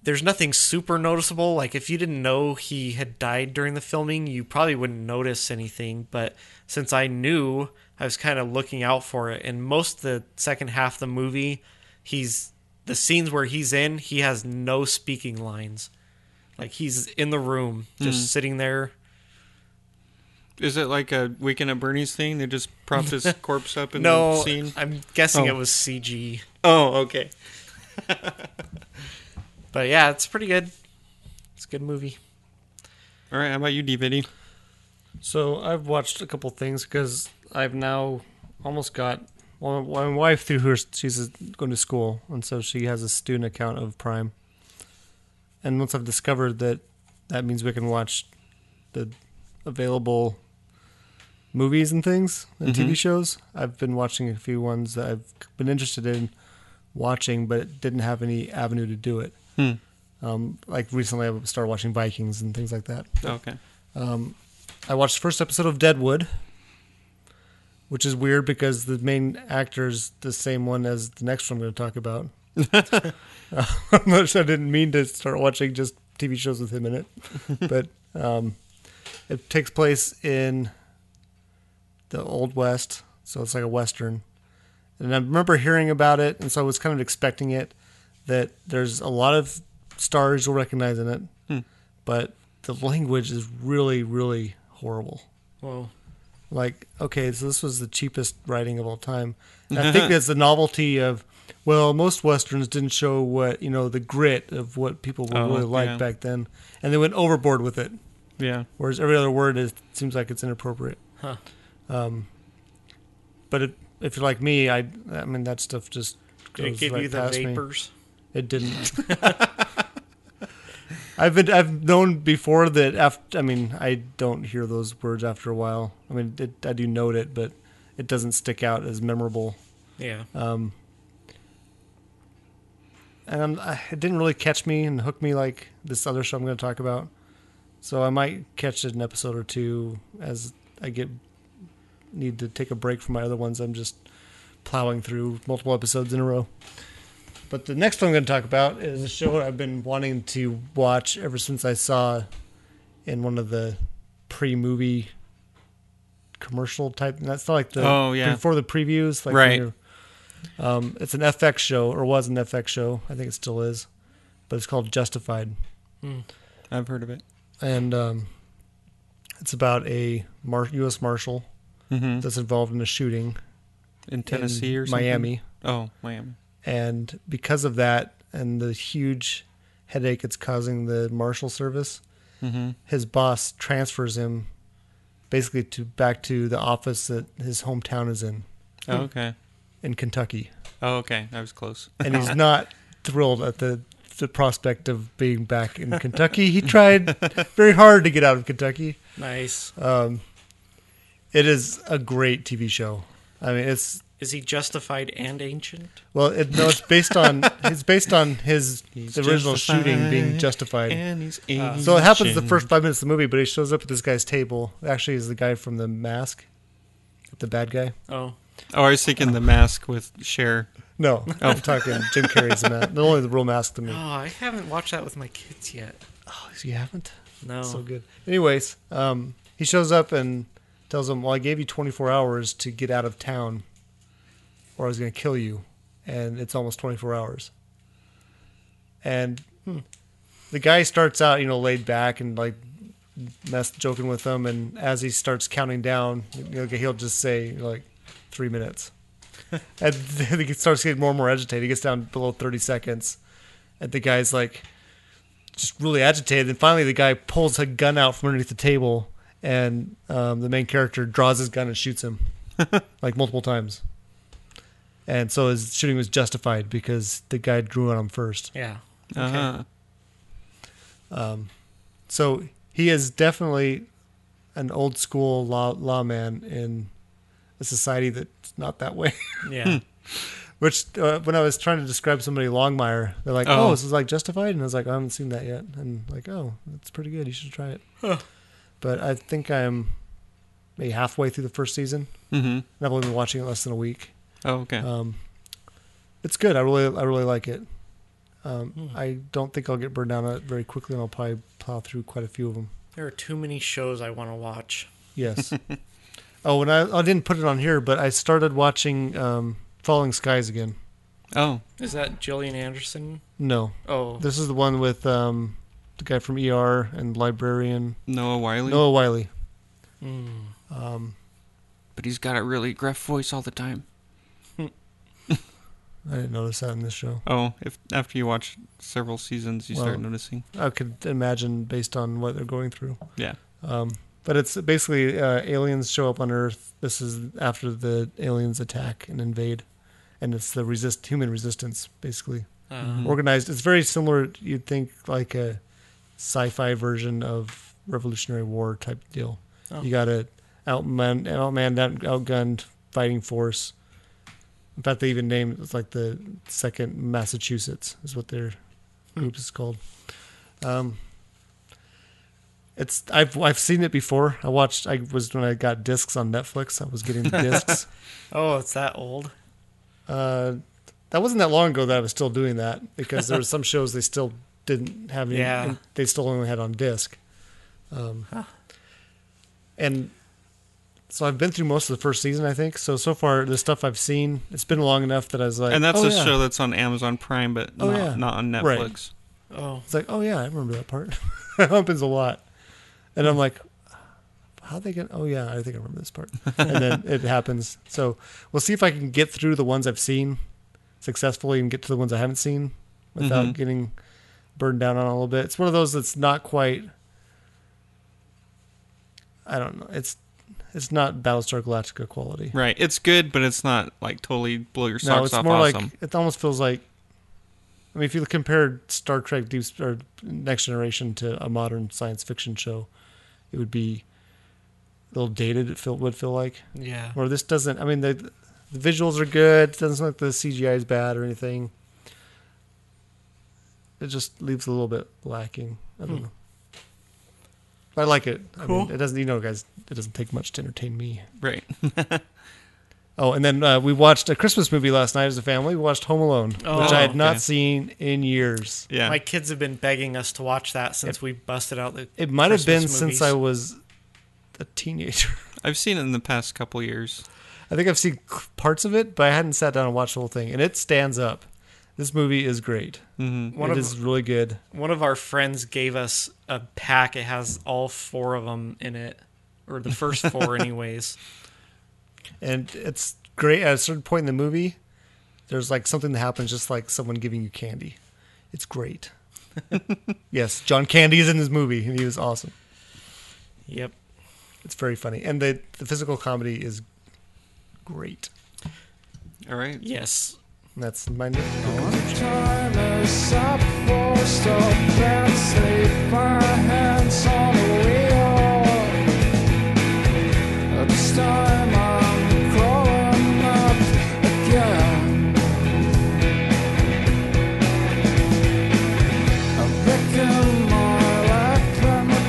there's nothing super noticeable. Like if you didn't know he had died during the filming, you probably wouldn't notice anything. But since I knew, I was kind of looking out for it. And most of the second half of the movie, he's the scenes where he's in, he has no speaking lines. Like he's in the room, just sitting there. Is it like a Weekend at Bernie's thing? They just propped his corpse up in No, the scene? I'm guessing Oh. it was CG. Oh, okay. But yeah, it's pretty good. It's a good movie. All right, how about you, DVD? So I've watched a couple things because I've now almost got well, my wife through her she's going to school and so she has a student account of Prime. And once I've discovered that, that means we can watch the available movies and things and TV shows. I've been watching a few ones that I've been interested in watching, but it didn't have any avenue to do it. Um, like recently, I started watching Vikings and things like that. Okay. I watched the first episode of Deadwood, which is weird because the main actor is the same one as the next one I'm going to talk about. I'm not sure I didn't mean to start watching just TV shows with him in it, but um, it takes place in the Old West, so it's like a Western. And I remember hearing about it, and so I was kind of expecting it that there's a lot of stars you'll recognize in it, Hmm. but the language is really, really horrible Whoa. like okay so this was the cheapest writing of all time and i think that's the novelty of well most westerns didn't show what you know the grit of what people were Oh, really like yeah. back then and they went overboard with it Yeah. whereas every other word is seems like it's inappropriate Huh. um, but it, if you're like me i i mean that stuff just Did goes it give right you the past me. vapors? It didn't. I've been I've known before that after I mean I don't hear those words after a while. I mean it, I do note it, but it doesn't stick out as memorable. Yeah. And I'm, I, it didn't really catch me and hook me like this other show I'm going to talk about. So I might catch an episode or two as I get need to take a break from my other ones. I'm just plowing through multiple episodes in a row. But the next one I'm going to talk about is a show I've been wanting to watch ever since I saw in one of the pre-movie commercial type. That's not like the Oh, yeah. before the previews, like when Right. you're- Um, it's an FX show, or was an FX show. I think it still is, but it's called Justified I've heard of it. and um, it's about a mar- U.S. Marshal that's involved in a shooting In Mm-hmm. Tennessee in or something? Miami, Oh, Miami. and because of that and the huge headache it's causing the Marshal Service, Mm-hmm. his boss transfers him basically to back to the office that his hometown is in Oh, okay. in Kentucky, Oh, okay. I was close. and he's not thrilled at the the prospect of being back in uh, Kentucky. He tried very hard to get out of Kentucky. nice. It is a great TV show. I mean, it's Is he justified and ancient? well, it, no, it's based on it's based on his original shooting being justified. And he's Uh, So it happens the Asian. first five minutes of the movie, but he shows up at this guy's table. Actually, is the guy from The Mask, the bad guy? Oh, Oh, I was thinking the mask with Cher. No, I'm talking Jim Carrey's in that. Not only the real mask to oh, me. I haven't watched that with my kids yet. Oh, you haven't? No. So good. Anyways, um, he shows up and tells him, "Well, I gave you 24 hours to get out of town, or I was going to kill you." And it's almost 24 hours. And hmm, the guy starts out, you know, laid back and like mess joking with them. And as he starts counting down, you know, he'll just say like three minutes. and then he starts getting more and more agitated. He gets down below 30 seconds, and the guy's like just really agitated. And finally, the guy pulls a gun out from underneath the table, and um, the main character draws his gun and shoots him like multiple times. And so his shooting was justified because the guy drew on him first. Yeah. Uh-huh. So he is definitely an old school law lawman in a society that's not that way. Yeah. Hmm. Which, uh, when I was trying to describe somebody Longmire, they're like, "Oh, Oh. this is like Justified," and I was like, "I haven't seen that yet," and like, "Oh, that's pretty good. You should try it." But I think I'm maybe halfway through the first season, Mm-hmm. and I've only been watching it less than a week. Oh, okay. Um, it's good. I really, I really like it. Um, I don't think I'll get burned down on it very quickly, and I'll probably plow through quite a few of them. There are too many shows I want to watch. Yes. oh, and I, I didn't put it on here, but I started watching um, Falling Skies again. oh, Is that Gillian Anderson? No, Oh, This is the one with um, the guy from ER and librarian Noah Wiley. Noah Wiley. But he's got a really gruff voice all the time. I didn't notice that in this show. Oh, if after you watch several seasons, you Well- start noticing. I could imagine based on what they're going through. Yeah. But it's basically uh, aliens show up on Earth. This is after the aliens attack and invade, and it's the resist human resistance basically Mm-hmm. organized. It's very similar. You'd think like a sci-fi version of Revolutionary War type deal. You got a outman, outmanned, out, outgunned fighting force. In fact, they even named it's like the second Massachusetts is what their group is called. Um, it's I've I've seen it before. I watched. I was when I got discs on Netflix. I was getting the discs. oh, it's that old. uh, that wasn't that long ago that I was still doing that because there were some shows they still didn't have. Any, Yeah. They still only had on disc. Um, And so I've been through most of the first season, I think. So so far, the stuff I've seen, it's been long enough that I was like, And that's oh, a yeah. show that's on Amazon Prime, but Oh, not, yeah. not on Right. Netflix. Oh, It's like, oh yeah, I remember that part. it happens a lot, and I'm like, how they get? Oh yeah, I think I remember this part. and then it happens. So we'll see if I can get through the ones I've seen successfully and get to the ones I haven't seen without getting burned down on a little bit. It's one of those that's not quite. I don't know. It's it's not Battlestar Galactica quality. Right. It's good, but it's not like totally blow your socks No, it's off more awesome. like it almost feels like. I mean, if you compare Star Trek Deep Sp- or Next Generation to a modern science fiction show, it would be a little dated. It feel, would feel like. yeah. Or this doesn't. I mean, the, the visuals are good. It doesn't look like the CGI is bad or anything. It just leaves a little bit lacking. I don't know. But I like it. I Cool. mean, it doesn't. You know, guys, it doesn't take much to entertain me. right. Oh, and then uh, we watched a Christmas movie last night as a family. We watched Home Alone, which I had okay. not seen in years. Yeah. My kids have been begging us to watch that since we busted out the. It might have been Christmas since movies. I was a teenager. I've seen it in the past couple years. I think I've seen c- parts of it, but I hadn't sat down and watched the whole thing. And it stands up. This movie is great. Mm-hmm. One of- really good. One of our friends gave us a pack. It has all four of them in it, or the first four, anyways. and it's great at a certain point in the movie there's like something that happens just like someone giving you candy it's great yes john candy is in this movie and he was awesome Yep. it's very funny and the, the physical comedy is great All right. Yes. and that's my note. Upside this time I'm crawling up again. I'm picking my life and my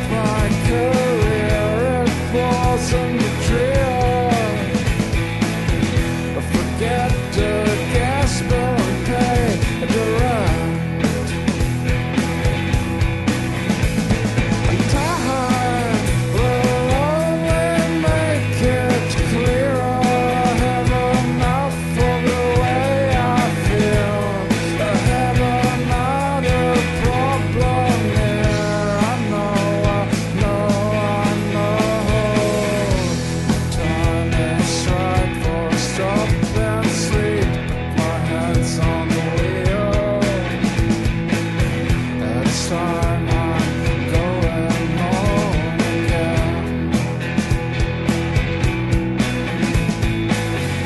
career. It wasn't a drill. I forget the gas bill and pay the rent. I'm tired, will only make it clear I have enough of the way I feel. I have another problem here. I know, I know, I know. Time is right for stop and sleep. My hands on the wheel. It's time I'm going home again.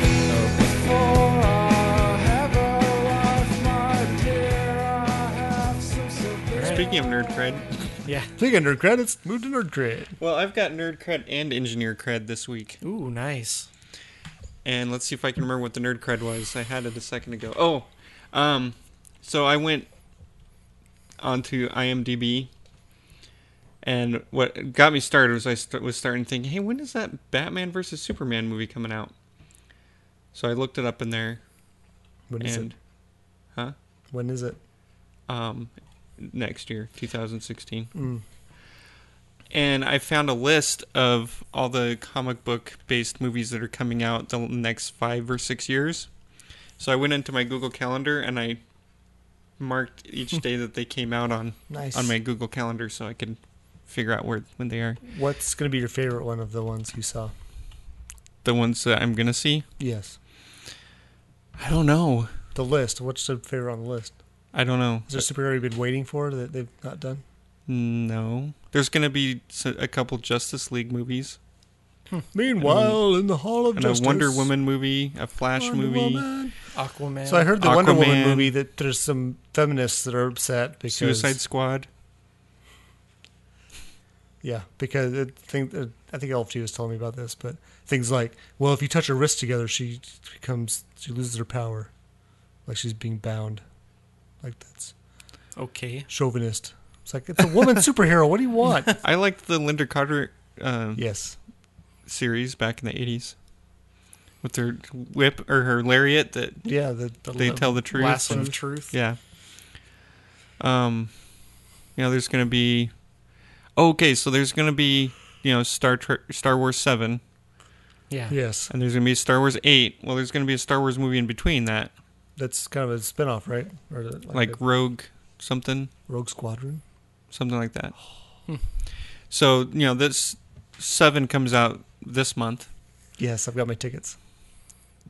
Before I have a life, my dear, I have some severe. Speaking of nerd cred, Yeah. Speaking of nerd cred, it's moved to nerd cred. well, I've got nerd cred and engineer cred this week, Ooh, nice. and let's see if I can remember what the nerd cred was. I had it a second ago. Oh, um, so I went onto IMDb, and what got me started was I st- was starting to think, hey, when is that Batman versus Superman movie coming out? So I looked it up in there, When is and it? When is it? um, next year, 2016. Mm. And I found a list of all the comic book based movies that are coming out the next five or six years. So I went into my Google Calendar and I marked each day that they came out on Nice. on my Google Calendar so I could figure out where when they are. What's going to be your favorite one of the ones you saw? The ones that I'm gonna see. Yes. I don't know. The list. What's the favorite on the list? I don't know. Is there superhero you've been waiting for that they've not done? No. There's gonna be s- a couple Justice League movies, Meanwhile, in the Hall of and Justice. a Wonder Woman movie, a Flash Wonder movie. Woman. Aquaman. So I heard the Wonder Woman Aquaman. movie that there's some feminists that are upset because Suicide Squad. Yeah, because it, think uh, I think LFT was telling me about this, but things like, well, if you touch her wrists together, she becomes she loses her power, like she's being bound, like that's Okay. chauvinist. It's like it's a woman superhero. What do you want? I liked the Linda Carter um, yes, series back in the '80s with her whip or her lariat that yeah, the, they tell the truth. Last and- of truth. yeah. Um, you know, there's gonna be. Oh, okay, so there's gonna be you know Star Trek, Star Wars Seven, Yeah. yes, and there's gonna be Star Wars Eight. Well, there's gonna be a Star Wars movie in between that, that's kind of a spinoff, right? Or the- like, a Rogue something, Rogue Squadron. something like that. so you know this Seven comes out this month. Yes, I've got my tickets.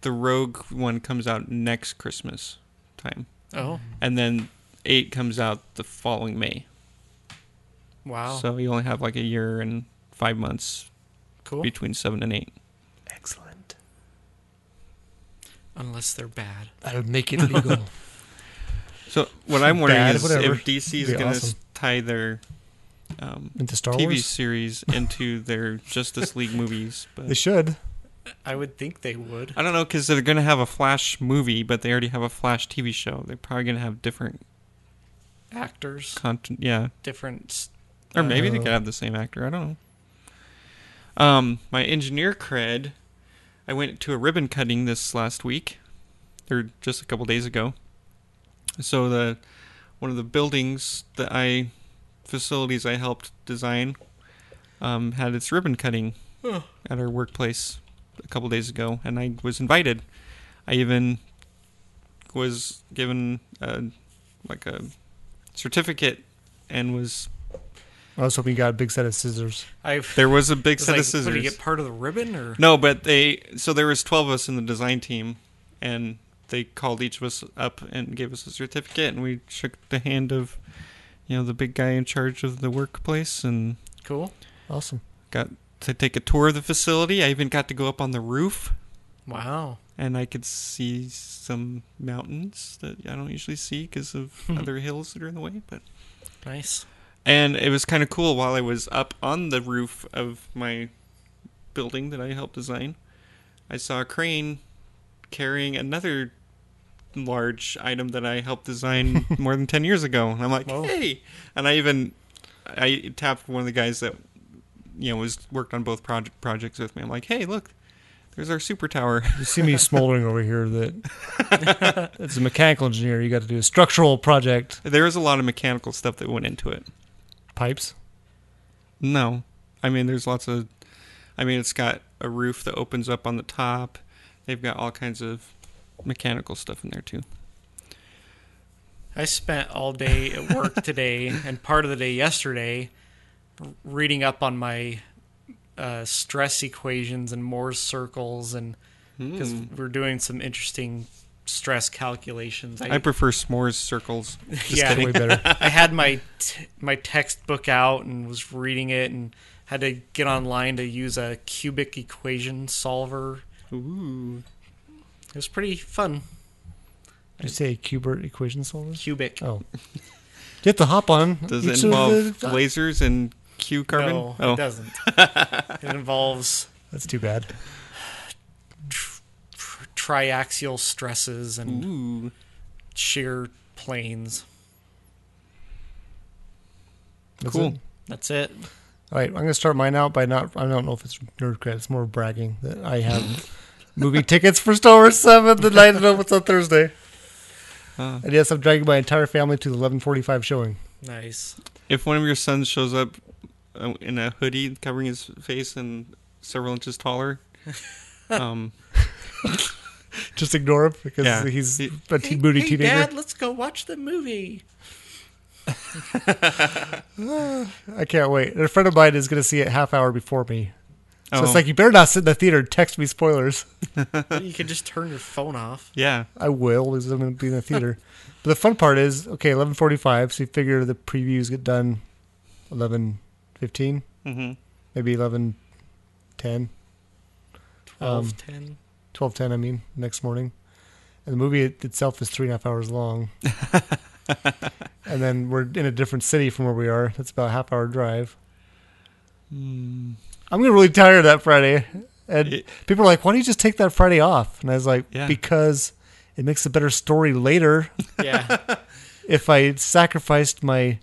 The Rogue one comes out next Christmas time. Oh. Mm-hmm. and then eight comes out the following May. Oh. Wow. So you only have like a year and five months cool. between seven and eight. Excellent. Unless they're bad. That'll make it legal. So what I'm wondering Bad, is whatever. if DC is Be going to awesome. tie their um, Into Star TV Wars, series into their Justice League movies. they But should. I would think they would. I don't know because they're going to have a Flash movie, but they already have a Flash TV show. They're probably going to have different Actors, content. Yeah, different. s- or maybe they Oh. could have the same actor. I don't know. Um, my engineer cred, I went to a ribbon cutting this last week, or just a couple days ago. So the one of the buildings that I facilities I helped design um, had its ribbon cutting at our workplace a couple days ago, and I was invited. I even was given a, like a certificate and was I was hoping you got a big set of scissors. I've. there was a big it's set like, of What, do scissors. you get part of the ribbon or? No, but they so there was twelve of us in the design team, and they called each of us up and gave us a certificate, and we shook the hand of, you know, the big guy in charge of the workplace, and Cool. Awesome. got to take a tour of the facility. I even got to go up on the roof, Wow. and I could see some mountains that I don't usually see because of Hmm. other hills that are in the way, but. Nice. And it was kind of cool while I was up on the roof of my building that I helped design, I saw a crane carrying another large item that I helped design more than 10 years ago. And I'm like, hey. And I even I tapped one of the guys that you know was worked on both project projects with me. I'm like, hey, look, there's our super tower. You see me smoldering over here. That as a mechanical engineer, you got to do a structural project. There was a lot of mechanical stuff that went into it. Pipes. No, I mean there's lots of, I mean it's got a roof that opens up on the top. They've got all kinds of mechanical stuff in there too. I spent all day at work today and part of the day yesterday r- reading up on my uh, stress equations and Moore's circles and because Hmm. we're doing some interesting stress calculations. I, prefer s'mores circles. Just yeah, kidding. I had my t- my textbook out and was reading it and had to get online to use a cubic equation solver. Ooh, it was pretty fun. Did you say Kubert equation solver? Cubic. Oh. You have to hop on. Does it each of involve the- lasers and Q carbon? No, Oh. it doesn't. it involves That's too bad. triaxial stresses and Ooh. shear planes. That's cool. it? That's it. All right, I'm gonna start mine out by not. I don't know if it's nerd cred. It's more bragging that I have movie tickets for Star Wars Seven the night it opens on Thursday. Ah. And yes, I'm dragging my entire family to the 11:45 showing. Nice. If one of your sons shows up uh, in a hoodie covering his face and several inches taller, um, Just ignore him because Yeah. he's He- a teen booty hey, teenager. Dad, let's go watch the movie. I can't wait. And a friend of mine is gonna see it half hour before me. So Oh. it's like you better not sit in the theater. and Text me spoilers. you can just turn your phone off. yeah, I will because I'm going to be in the theater. but the fun part is, okay, 11:45. So you figure the previews get done 11:15, Mhm. maybe 11:10, 12, Um, 10. 12:10. I mean, next morning. And the movie it- itself is three and a half hours long. and then we're in a different city from where we are. That's about a half hour drive. I'm getting really tired that Friday. And Hmm. It- people are like, why don't you just take that Friday off? And I was like, Yeah. because it makes a better story later Yeah. if I sacrificed my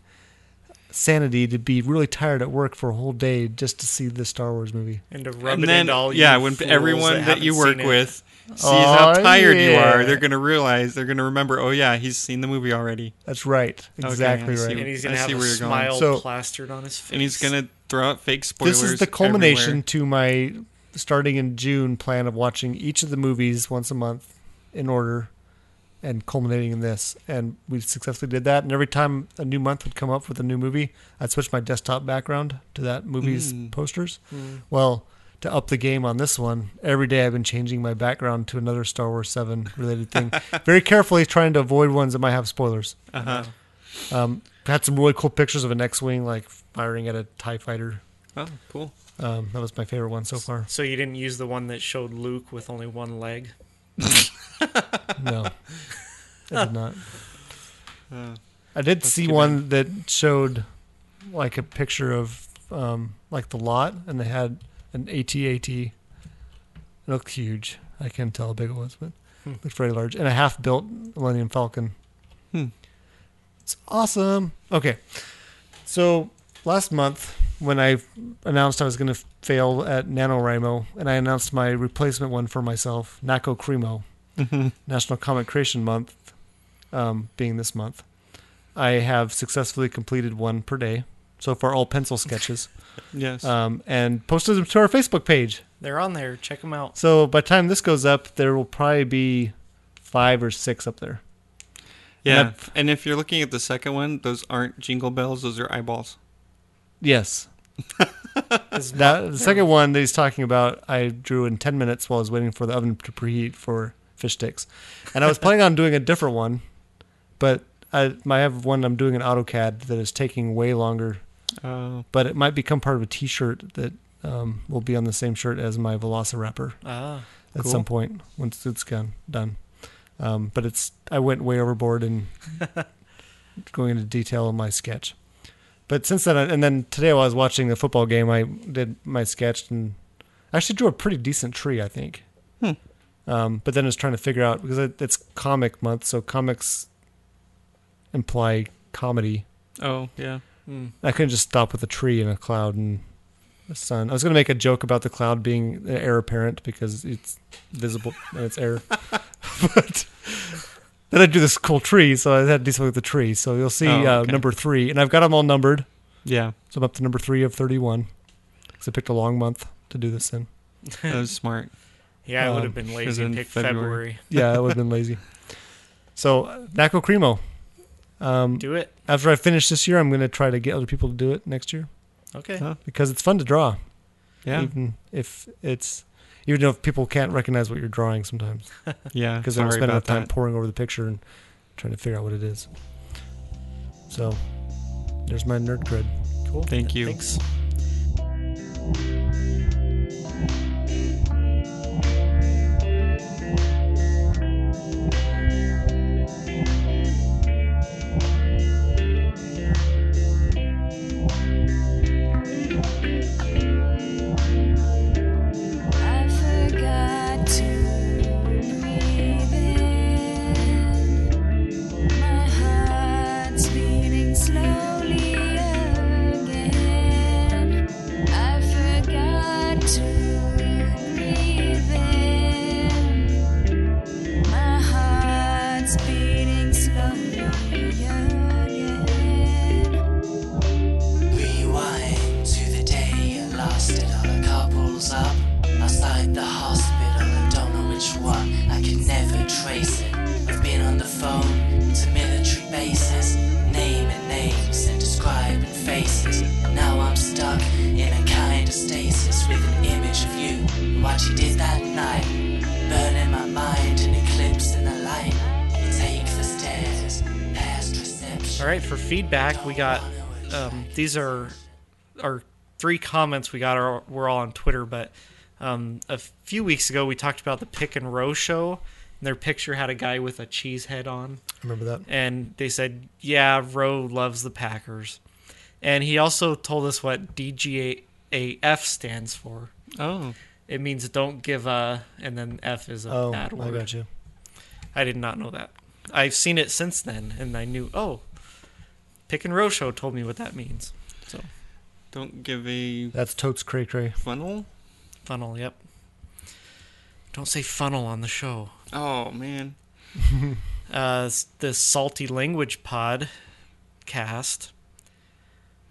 sanity to be really tired at work for a whole day just to see the Star Wars movie. And to rub and it then into all you yeah, when fools everyone that, haven't you work seen it. Oh, with sees Aw, how tired you yeah. are, they're gonna realize, they're gonna remember. Oh yeah, he's seen the movie already, That's right. I Exactly see. right. and he's gonna I have see a where you're going. smile So- plastered on his face. and he's gonna throw out fake spoilers. This is the culmination everywhere. to my starting in June plan of watching each of the movies once a month in order and culminating in this. And we successfully did that. And every time a new month would come up with a new movie, I'd switch my desktop background to that movie's Mm. posters. Well, to up the game on this one, every day I've been changing my background to another Star Wars 7 related thing, very carefully trying to avoid ones that might have spoilers. Uh-huh. Um, had some really cool pictures of an X Wing like firing at a TIE fighter. Oh, cool. Um, that was my favorite one so far. So you didn't use the one that showed Luke with only one leg. No, I did not. Uh, I did see too bad. one that showed like a picture of um, like the lot, and they had an AT-AT. It looked huge. I can't tell how big it was, but it looked very large, and a half-built Millennium Falcon. Hmm. It's awesome. Okay, so last month when I announced I was going to fail at NaNoWriMo, and I announced my replacement one for myself, Naco Cremo, National Comic Creation Month, um, being this month. I have successfully completed one per day so far, all pencil sketches, yes. um, and posted them to our Facebook page. They're on there. Check them out. So by the time this goes up, there will probably be five or six up there. yeah. I've- And if you're looking at the second one, those aren't jingle bells; those are eyeballs. Yes. Is That, the second one that he's talking about, I drew in 10 minutes while I was waiting for the oven to preheat for fish sticks. And I was planning on doing a different one, but I, I have one I'm doing in AutoCAD that is taking way longer Oh, but it might become part of a T-shirt that um, will be on the same shirt as my Velociraptor Ah, at Cool. some point once it's gone done. Um, but it's I went way overboard in going into detail in my sketch. But since then, I- and then today while I was watching the football game, I did my sketch and I actually drew a pretty decent tree, I think. Hmm. Um, but then I was trying to figure out because it, it's comic month, so comics imply comedy. Oh, yeah. Hmm. I couldn't just stop with a tree and a cloud and the sun. I was going to make a joke about the cloud being an heir apparent because it's visible and it's air. but then I drew this cool tree, so I had to do something with the tree. So you'll see Oh, uh, okay. number three, and I've got them all numbered. Yeah. So I'm up to number three of 31 because I picked a long month to do this in. That was smart. Yeah, I would have Um, been it was lazy in and picked February. yeah, I would have been lazy. So uh, Naco Cremo. Um, Do it. After I finish this year, I'm going to try to get other people to do it next year. Okay. Because it's fun to draw. Yeah. Even Mm. if it's, even if people can't recognize what you're drawing sometimes. Yeah, Because they're sorry spending about time that. poring over the picture and trying to figure out what it is. So there's my nerd cred. Cool. Thank you. Thanks. I forgot to breathe in. My heart's beating slowly again. I forgot to breathe in. My heart's beating slowly again. Rewind to the day I lost it all. The car pulls up outside the hospital. I don't know which one. I can never trace it. I've been on the phone to military bases, naming names and describing faces. Now I'm stuck in a kind of stasis with an image of you. What you did that night, burning my mind, an eclipse in the light. You take the stairs past reception. All right, for feedback, we got um, these are our three comments we got. Are, were all on Twitter, but um, a few weeks ago we talked about the pick and row show, and their picture had a guy with a cheese head on. Remember that? And they said, "Yeah, Roe loves the Packers," and he also told us what DGAF stands for. Oh, it means don't give a, and then F is a Oh, bad I word. gotcha. I did not know that. I've seen it since then, and I knew. Oh, Pick and Row Show told me what that means. So Don't give a That's totes cray cray. funnel. funnel. Yep. Don't say funnel on the show. Oh man. Uh, s- the Salty Language Pod cast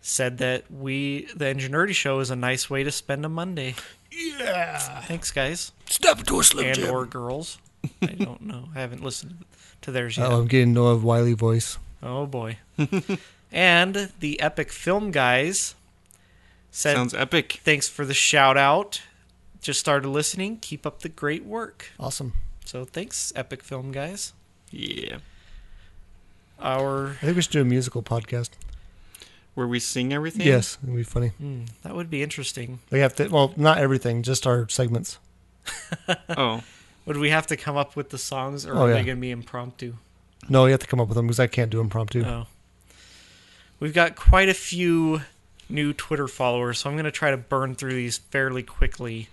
said that we the Ingenuity Show is a nice way to spend a Monday. Yeah. Thanks, guys. Step into a Slim and Jim. or girls. I don't know. I haven't listened to theirs yet. Oh, I'm getting Noah Wiley voice. Oh boy. and the Epic Film Guys said Sounds epic. Thanks for the shout out. Just started listening. Keep up the great work. Awesome. So thanks, Epic Film Guys. Yeah. Our I think we should do a musical podcast. Where we sing everything. Yes, it'd be funny. Hmm, that would be interesting. We have to. Well, not everything, just our segments. Oh. Would we have to come up with the songs or Oh, are yeah. they gonna be impromptu? No, you have to come up with them because I can't do impromptu. Oh. We've got quite a few new Twitter followers, so I'm gonna try to burn through these fairly quickly.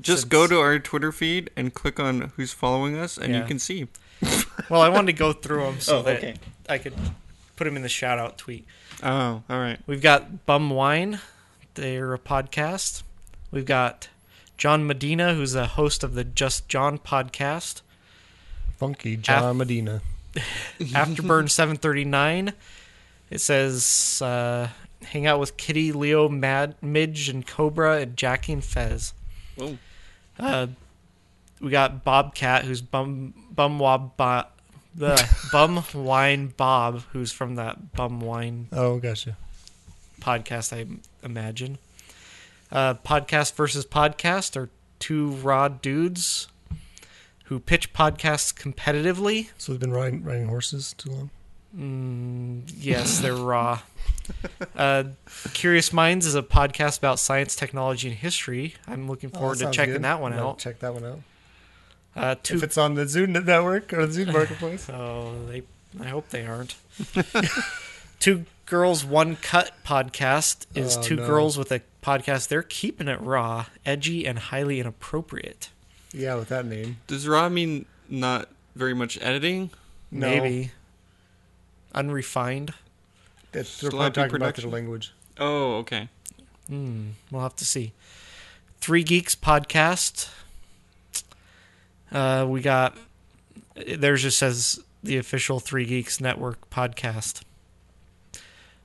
Just go to our Twitter feed and click on who's following us, and Yeah. you can see. Well, I wanted to go through them so Oh, that okay. I could put them in the shout out tweet. Oh, all right. We've got Bum Wine, they're a podcast. We've got John Medina, who's a host of the Just John podcast. Funky John Medina. Afterburn 739. It says, uh, hang out with Kitty, Leo, Mad, Midge, and Cobra, and Jackie and Fez. Whoa. Uh, we got Bobcat, who's bum bum wob bo- the bum wine Bob, who's from that bum wine Oh, gotcha. podcast, I imagine. Uh, podcast versus podcast are two raw dudes who pitch podcasts competitively. So we've been riding riding horses too long. Mm, yes, they're raw. Uh, Curious Minds is a podcast about science, technology, and history. I'm looking Oh, forward that to sounds checking good. that one Might out. Check that one out. Uh, two, If it's on the Zoom network or the Zoom marketplace. oh, they. I hope they aren't. two girls, one cut podcast is Oh, two no. girls with a podcast, they're keeping it raw, edgy, and highly inappropriate. Yeah, with that name. Does raw mean not very much editing? No. Maybe. Unrefined. That's they're probably talking about their language. Oh, okay. Hmm, we'll have to see. Three Geeks podcast. Uh, we got theirs just says the official Three Geeks Network podcast.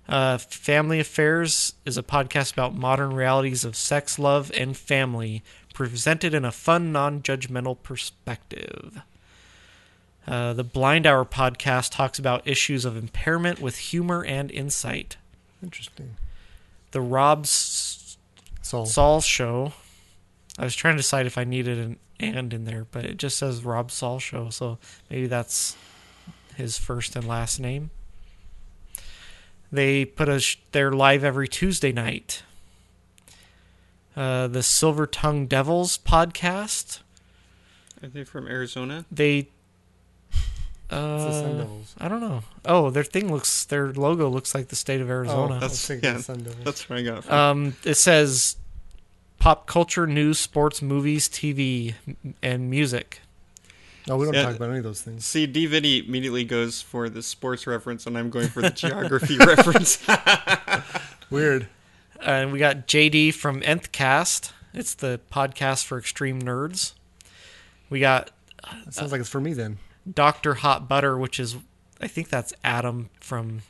Uh, Family Affairs is a podcast about modern realities of sex, love, and family, presented in a fun, non judgmental perspective. Uh, the Blind Hour podcast talks about issues of impairment with humor and insight. Interesting. The Rob S- Saul. Saul Show. I was trying to decide if I needed an and in there, but it just says Rob Saul Show, so maybe that's his first and last name. They put a sh- they're live every Tuesday night. Uh, the Silver Tongue Devils podcast. Are they from Arizona? They. the Sun Uh, Devils. I don't know. Oh, their thing looks. Their logo looks like the state of Arizona. I was thinking the Sun Uh, Devils. That's where I got it from. Um, it says pop culture, news, sports, movies, TV, m- and music. No, we don't Yeah. talk about any of those things. See, DVD immediately goes for the sports reference, and I'm going for the geography reference. Weird. And we got JD from Nth Cast. It's the podcast for extreme nerds. We got That sounds like it's for me then. Dr. Hot Butter, which is, I think that's Adam from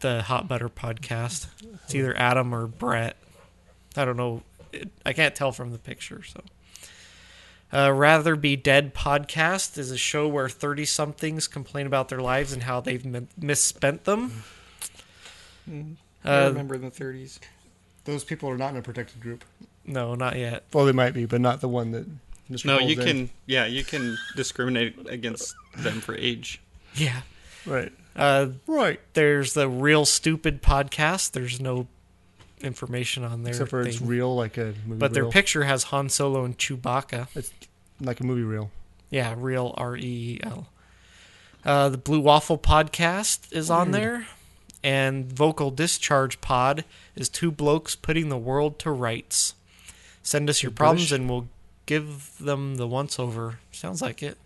the Hot Butter podcast. It's either Adam or Brett. I don't know. It- I can't tell from the picture. So, uh, Rather Be Dead podcast is a show where 30 somethings complain about their lives and how they've min- misspent them. Mm. I Uh, remember the 30s. Those people are not in a protected group. no, not yet. Well, they might be, but not the one that. Mr. No, Cole's you in. can. Yeah, you can discriminate against them for age. Yeah. Right. Uh, Right. there's the Real Stupid podcast. There's no information on there. Except for it's thing. real, like a movie. But their reel. picture has Han Solo and Chewbacca. It's like a movie reel. Yeah, real R E E L. Uh, the Blue Waffle podcast is on there, and Vocal Discharge Pod is two blokes putting the world to rights. Send us your problems, British? and we'll give them the once over. Sounds like it.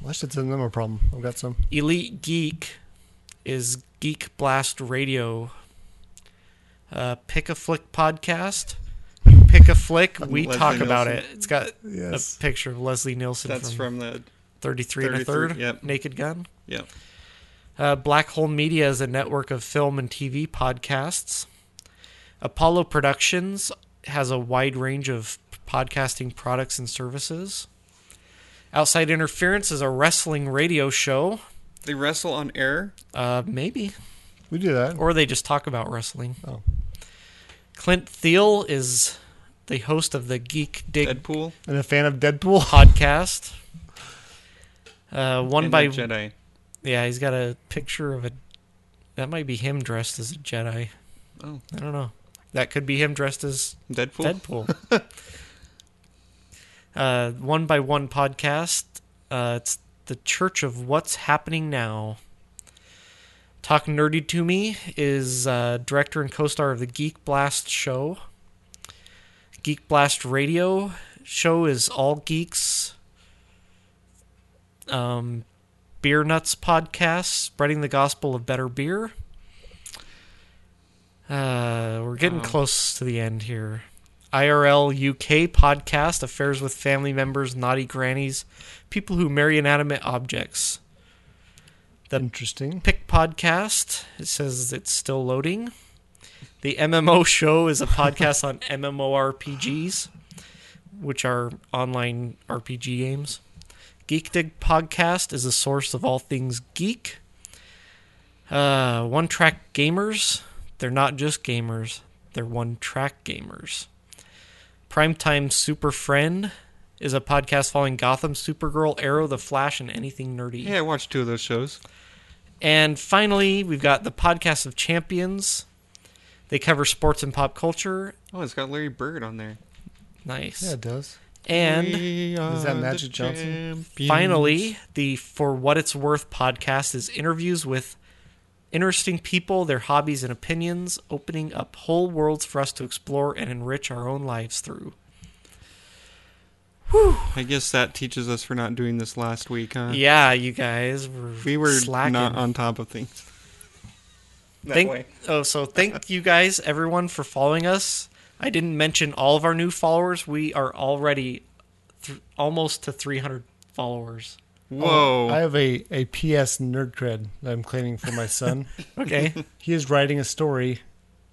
Well, that's just another problem. I've got some. Elite Geek is Geek Blast Radio. Uh, pick a flick podcast. You pick a flick. We Leslie talk about it. Nielsen. It's got Yes. a picture of Leslie Nielsen That's from from the. 33, and a 33, third. yep. Naked Gun. Yeah. Uh, Black Hole Media is a network of film and TV podcasts. Apollo Productions has a wide range of podcasting products and services. Outside Interference is a wrestling radio show. They wrestle on air. Uh, maybe. We do that. Or they just talk about wrestling. Oh. Clint Thiel is the host of the Geek Dig Deadpool. And a fan of Deadpool. podcast. Uh, one and by a Jedi. Yeah, he's got a picture of a. That might be him dressed as a Jedi. Oh. I don't know. That could be him dressed as Deadpool. Deadpool. uh, one by one podcast. Uh, it's the Church of What's Happening Now. Talk Nerdy to Me is uh, director and co-star of the Geek Blast show. Geek Blast Radio show is all geeks. Um, Beer Nuts podcast, spreading the gospel of better beer. Uh, we're getting close to the end here. IRL UK podcast, affairs with family members, naughty grannies, people who marry inanimate objects. Interesting. Pick podcast. It says it's still loading. The MMO show is a podcast on MMORPGs, which are online RPG games. Geek Dig podcast is a source of all things geek. Uh, one track gamers. They're not just gamers. They're one track gamers. Primetime Super Friend is a podcast following Gotham, Supergirl, Arrow, The Flash, and anything nerdy. Yeah, I watched two of those shows. And finally, we've got the podcast of champions. They cover sports and pop culture. Oh, it's got Larry Bird on there. Nice. Yeah, it does. And is that Magic Johnson? finally, the For What It's Worth podcast is interviews with Interesting people, their hobbies and opinions, opening up whole worlds for us to explore and enrich our own lives through. I guess that teaches us for not doing this last week, huh? Yeah, you guys were We were slacking. not on top of things. That thank, way. Oh, so thank you guys, everyone, for following us. I didn't mention all of our new followers. We are already th- almost to 300 followers. uh, Oh, I have a, a PS nerd cred that I'm claiming for my son. Okay. He is writing a story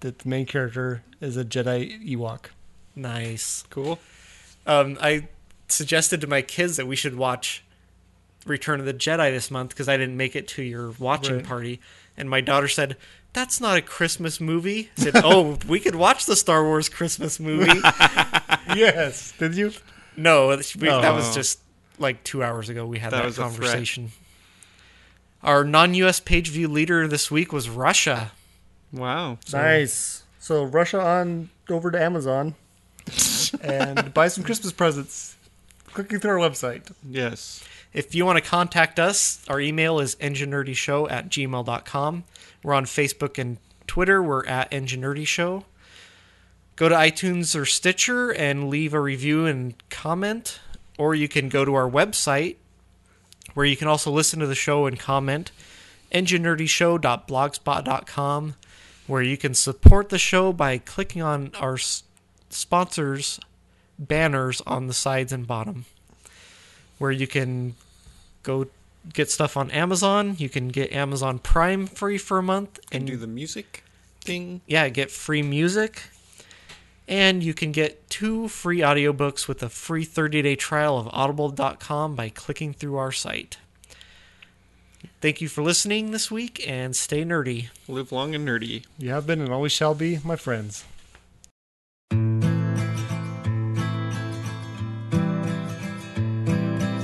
that the main character is a Jedi Ewok. Nice. Cool. Um, I suggested to my kids that we should watch Return of the Jedi this month because I didn't make it to your watching Right. party. And my daughter said, That's not a Christmas movie. I said, Oh, we could watch the Star Wars Christmas movie. yes. Did you? No, that's- we, that was Oh. just like two hours ago we had That that, was a threat. conversation. Our non US page view leader this week was Russia. Wow. Nice. So Russia on over to Amazon and buy some Christmas presents. Clicking through our website. Yes. If you want to contact us, our email is enginerdyshow at gmail.com. We're on Facebook and Twitter. We're at Enginerdy Show. Go to iTunes or Stitcher and leave a review and comment. Or you can go to our website where you can also listen to the show and comment. enginerdyshow.blogspot.com where you can support the show by clicking on our s- sponsors' banners on the sides and bottom where you can go get stuff on Amazon. You can get Amazon Prime free for a month and do the music thing. Yeah, get free music. And you can get two free audiobooks with a free 30 day trial of audible.com by clicking through our site. Thank you for listening this week and stay nerdy. Live long and nerdy. You have been and always shall be, my friends.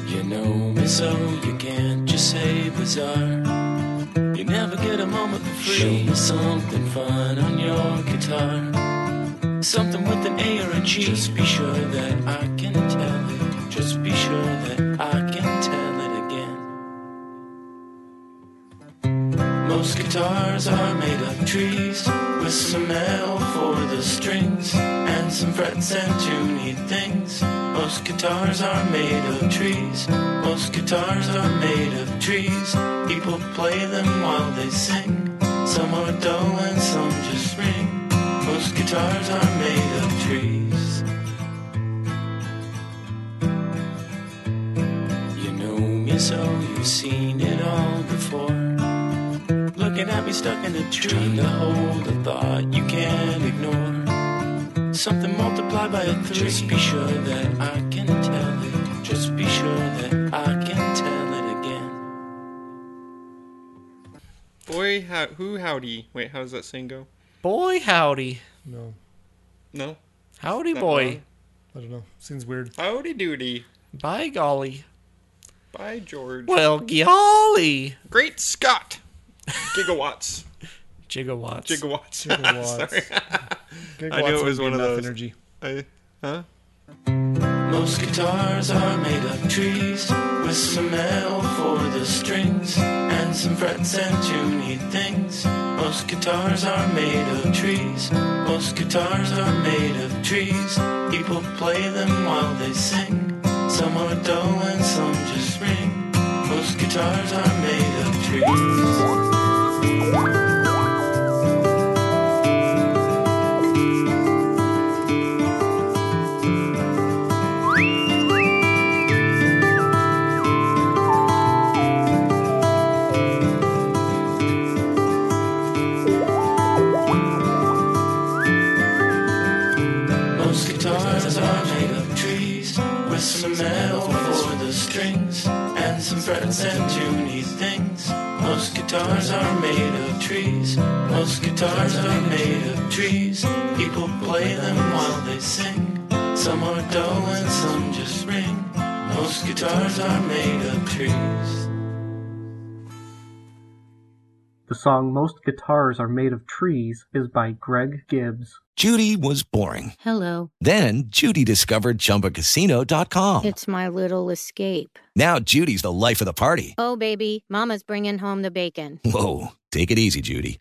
You know me so you can't just say bizarre. You never get a moment for free. Show me something fun on your guitar. Something with an A or a G. Just be sure that I can tell it. Just be sure that I can tell it again. Most guitars are made of trees with some L for the strings and some frets and tuney things. Most guitars are made of trees. Most guitars are made of trees. People play them while they sing. Some are dull and some just ring. Most guitars are made of trees. You know me, so you've seen it all before. Looking at me stuck in a tree. Trying to hold a thought you can't ignore. Something multiplied by a three. Just be sure that I can tell it. Just be sure that I can tell it again. Boy, how, who howdy? Wait, how does that saying go? Boy, howdy. No. No. Howdy, That boy. wrong? I don't know. Seems weird. Howdy doody. By golly. By George. Well, golly. Great Scott. Gigawatts. Gigawatts. Gigawatts. Gigawatts. Sorry. I knew Gigawatts it was one would be of enough those. energy. I, huh? Most guitars are made of trees with some L for the strings and some frets and tuney things. Most guitars are made of trees. Most guitars are made of trees. People play them while they sing. Some are dull and some just ring. Most guitars are made of trees. Most guitars are made of trees with some metal for the strings and some frets and tuney things. Most guitars are made of trees. Most guitars are made of trees. People play them while they sing. Some are dull and some just ring. Most guitars are made of trees. The song Most Guitars Are Made of Trees is by Greg Gibbs. Judy was boring. Hello. Then Judy discovered ChumbaCasino.com. It's my little escape. Now Judy's the life of the party. Oh, baby, Mama's bringing home the bacon. Whoa, take it easy, Judy.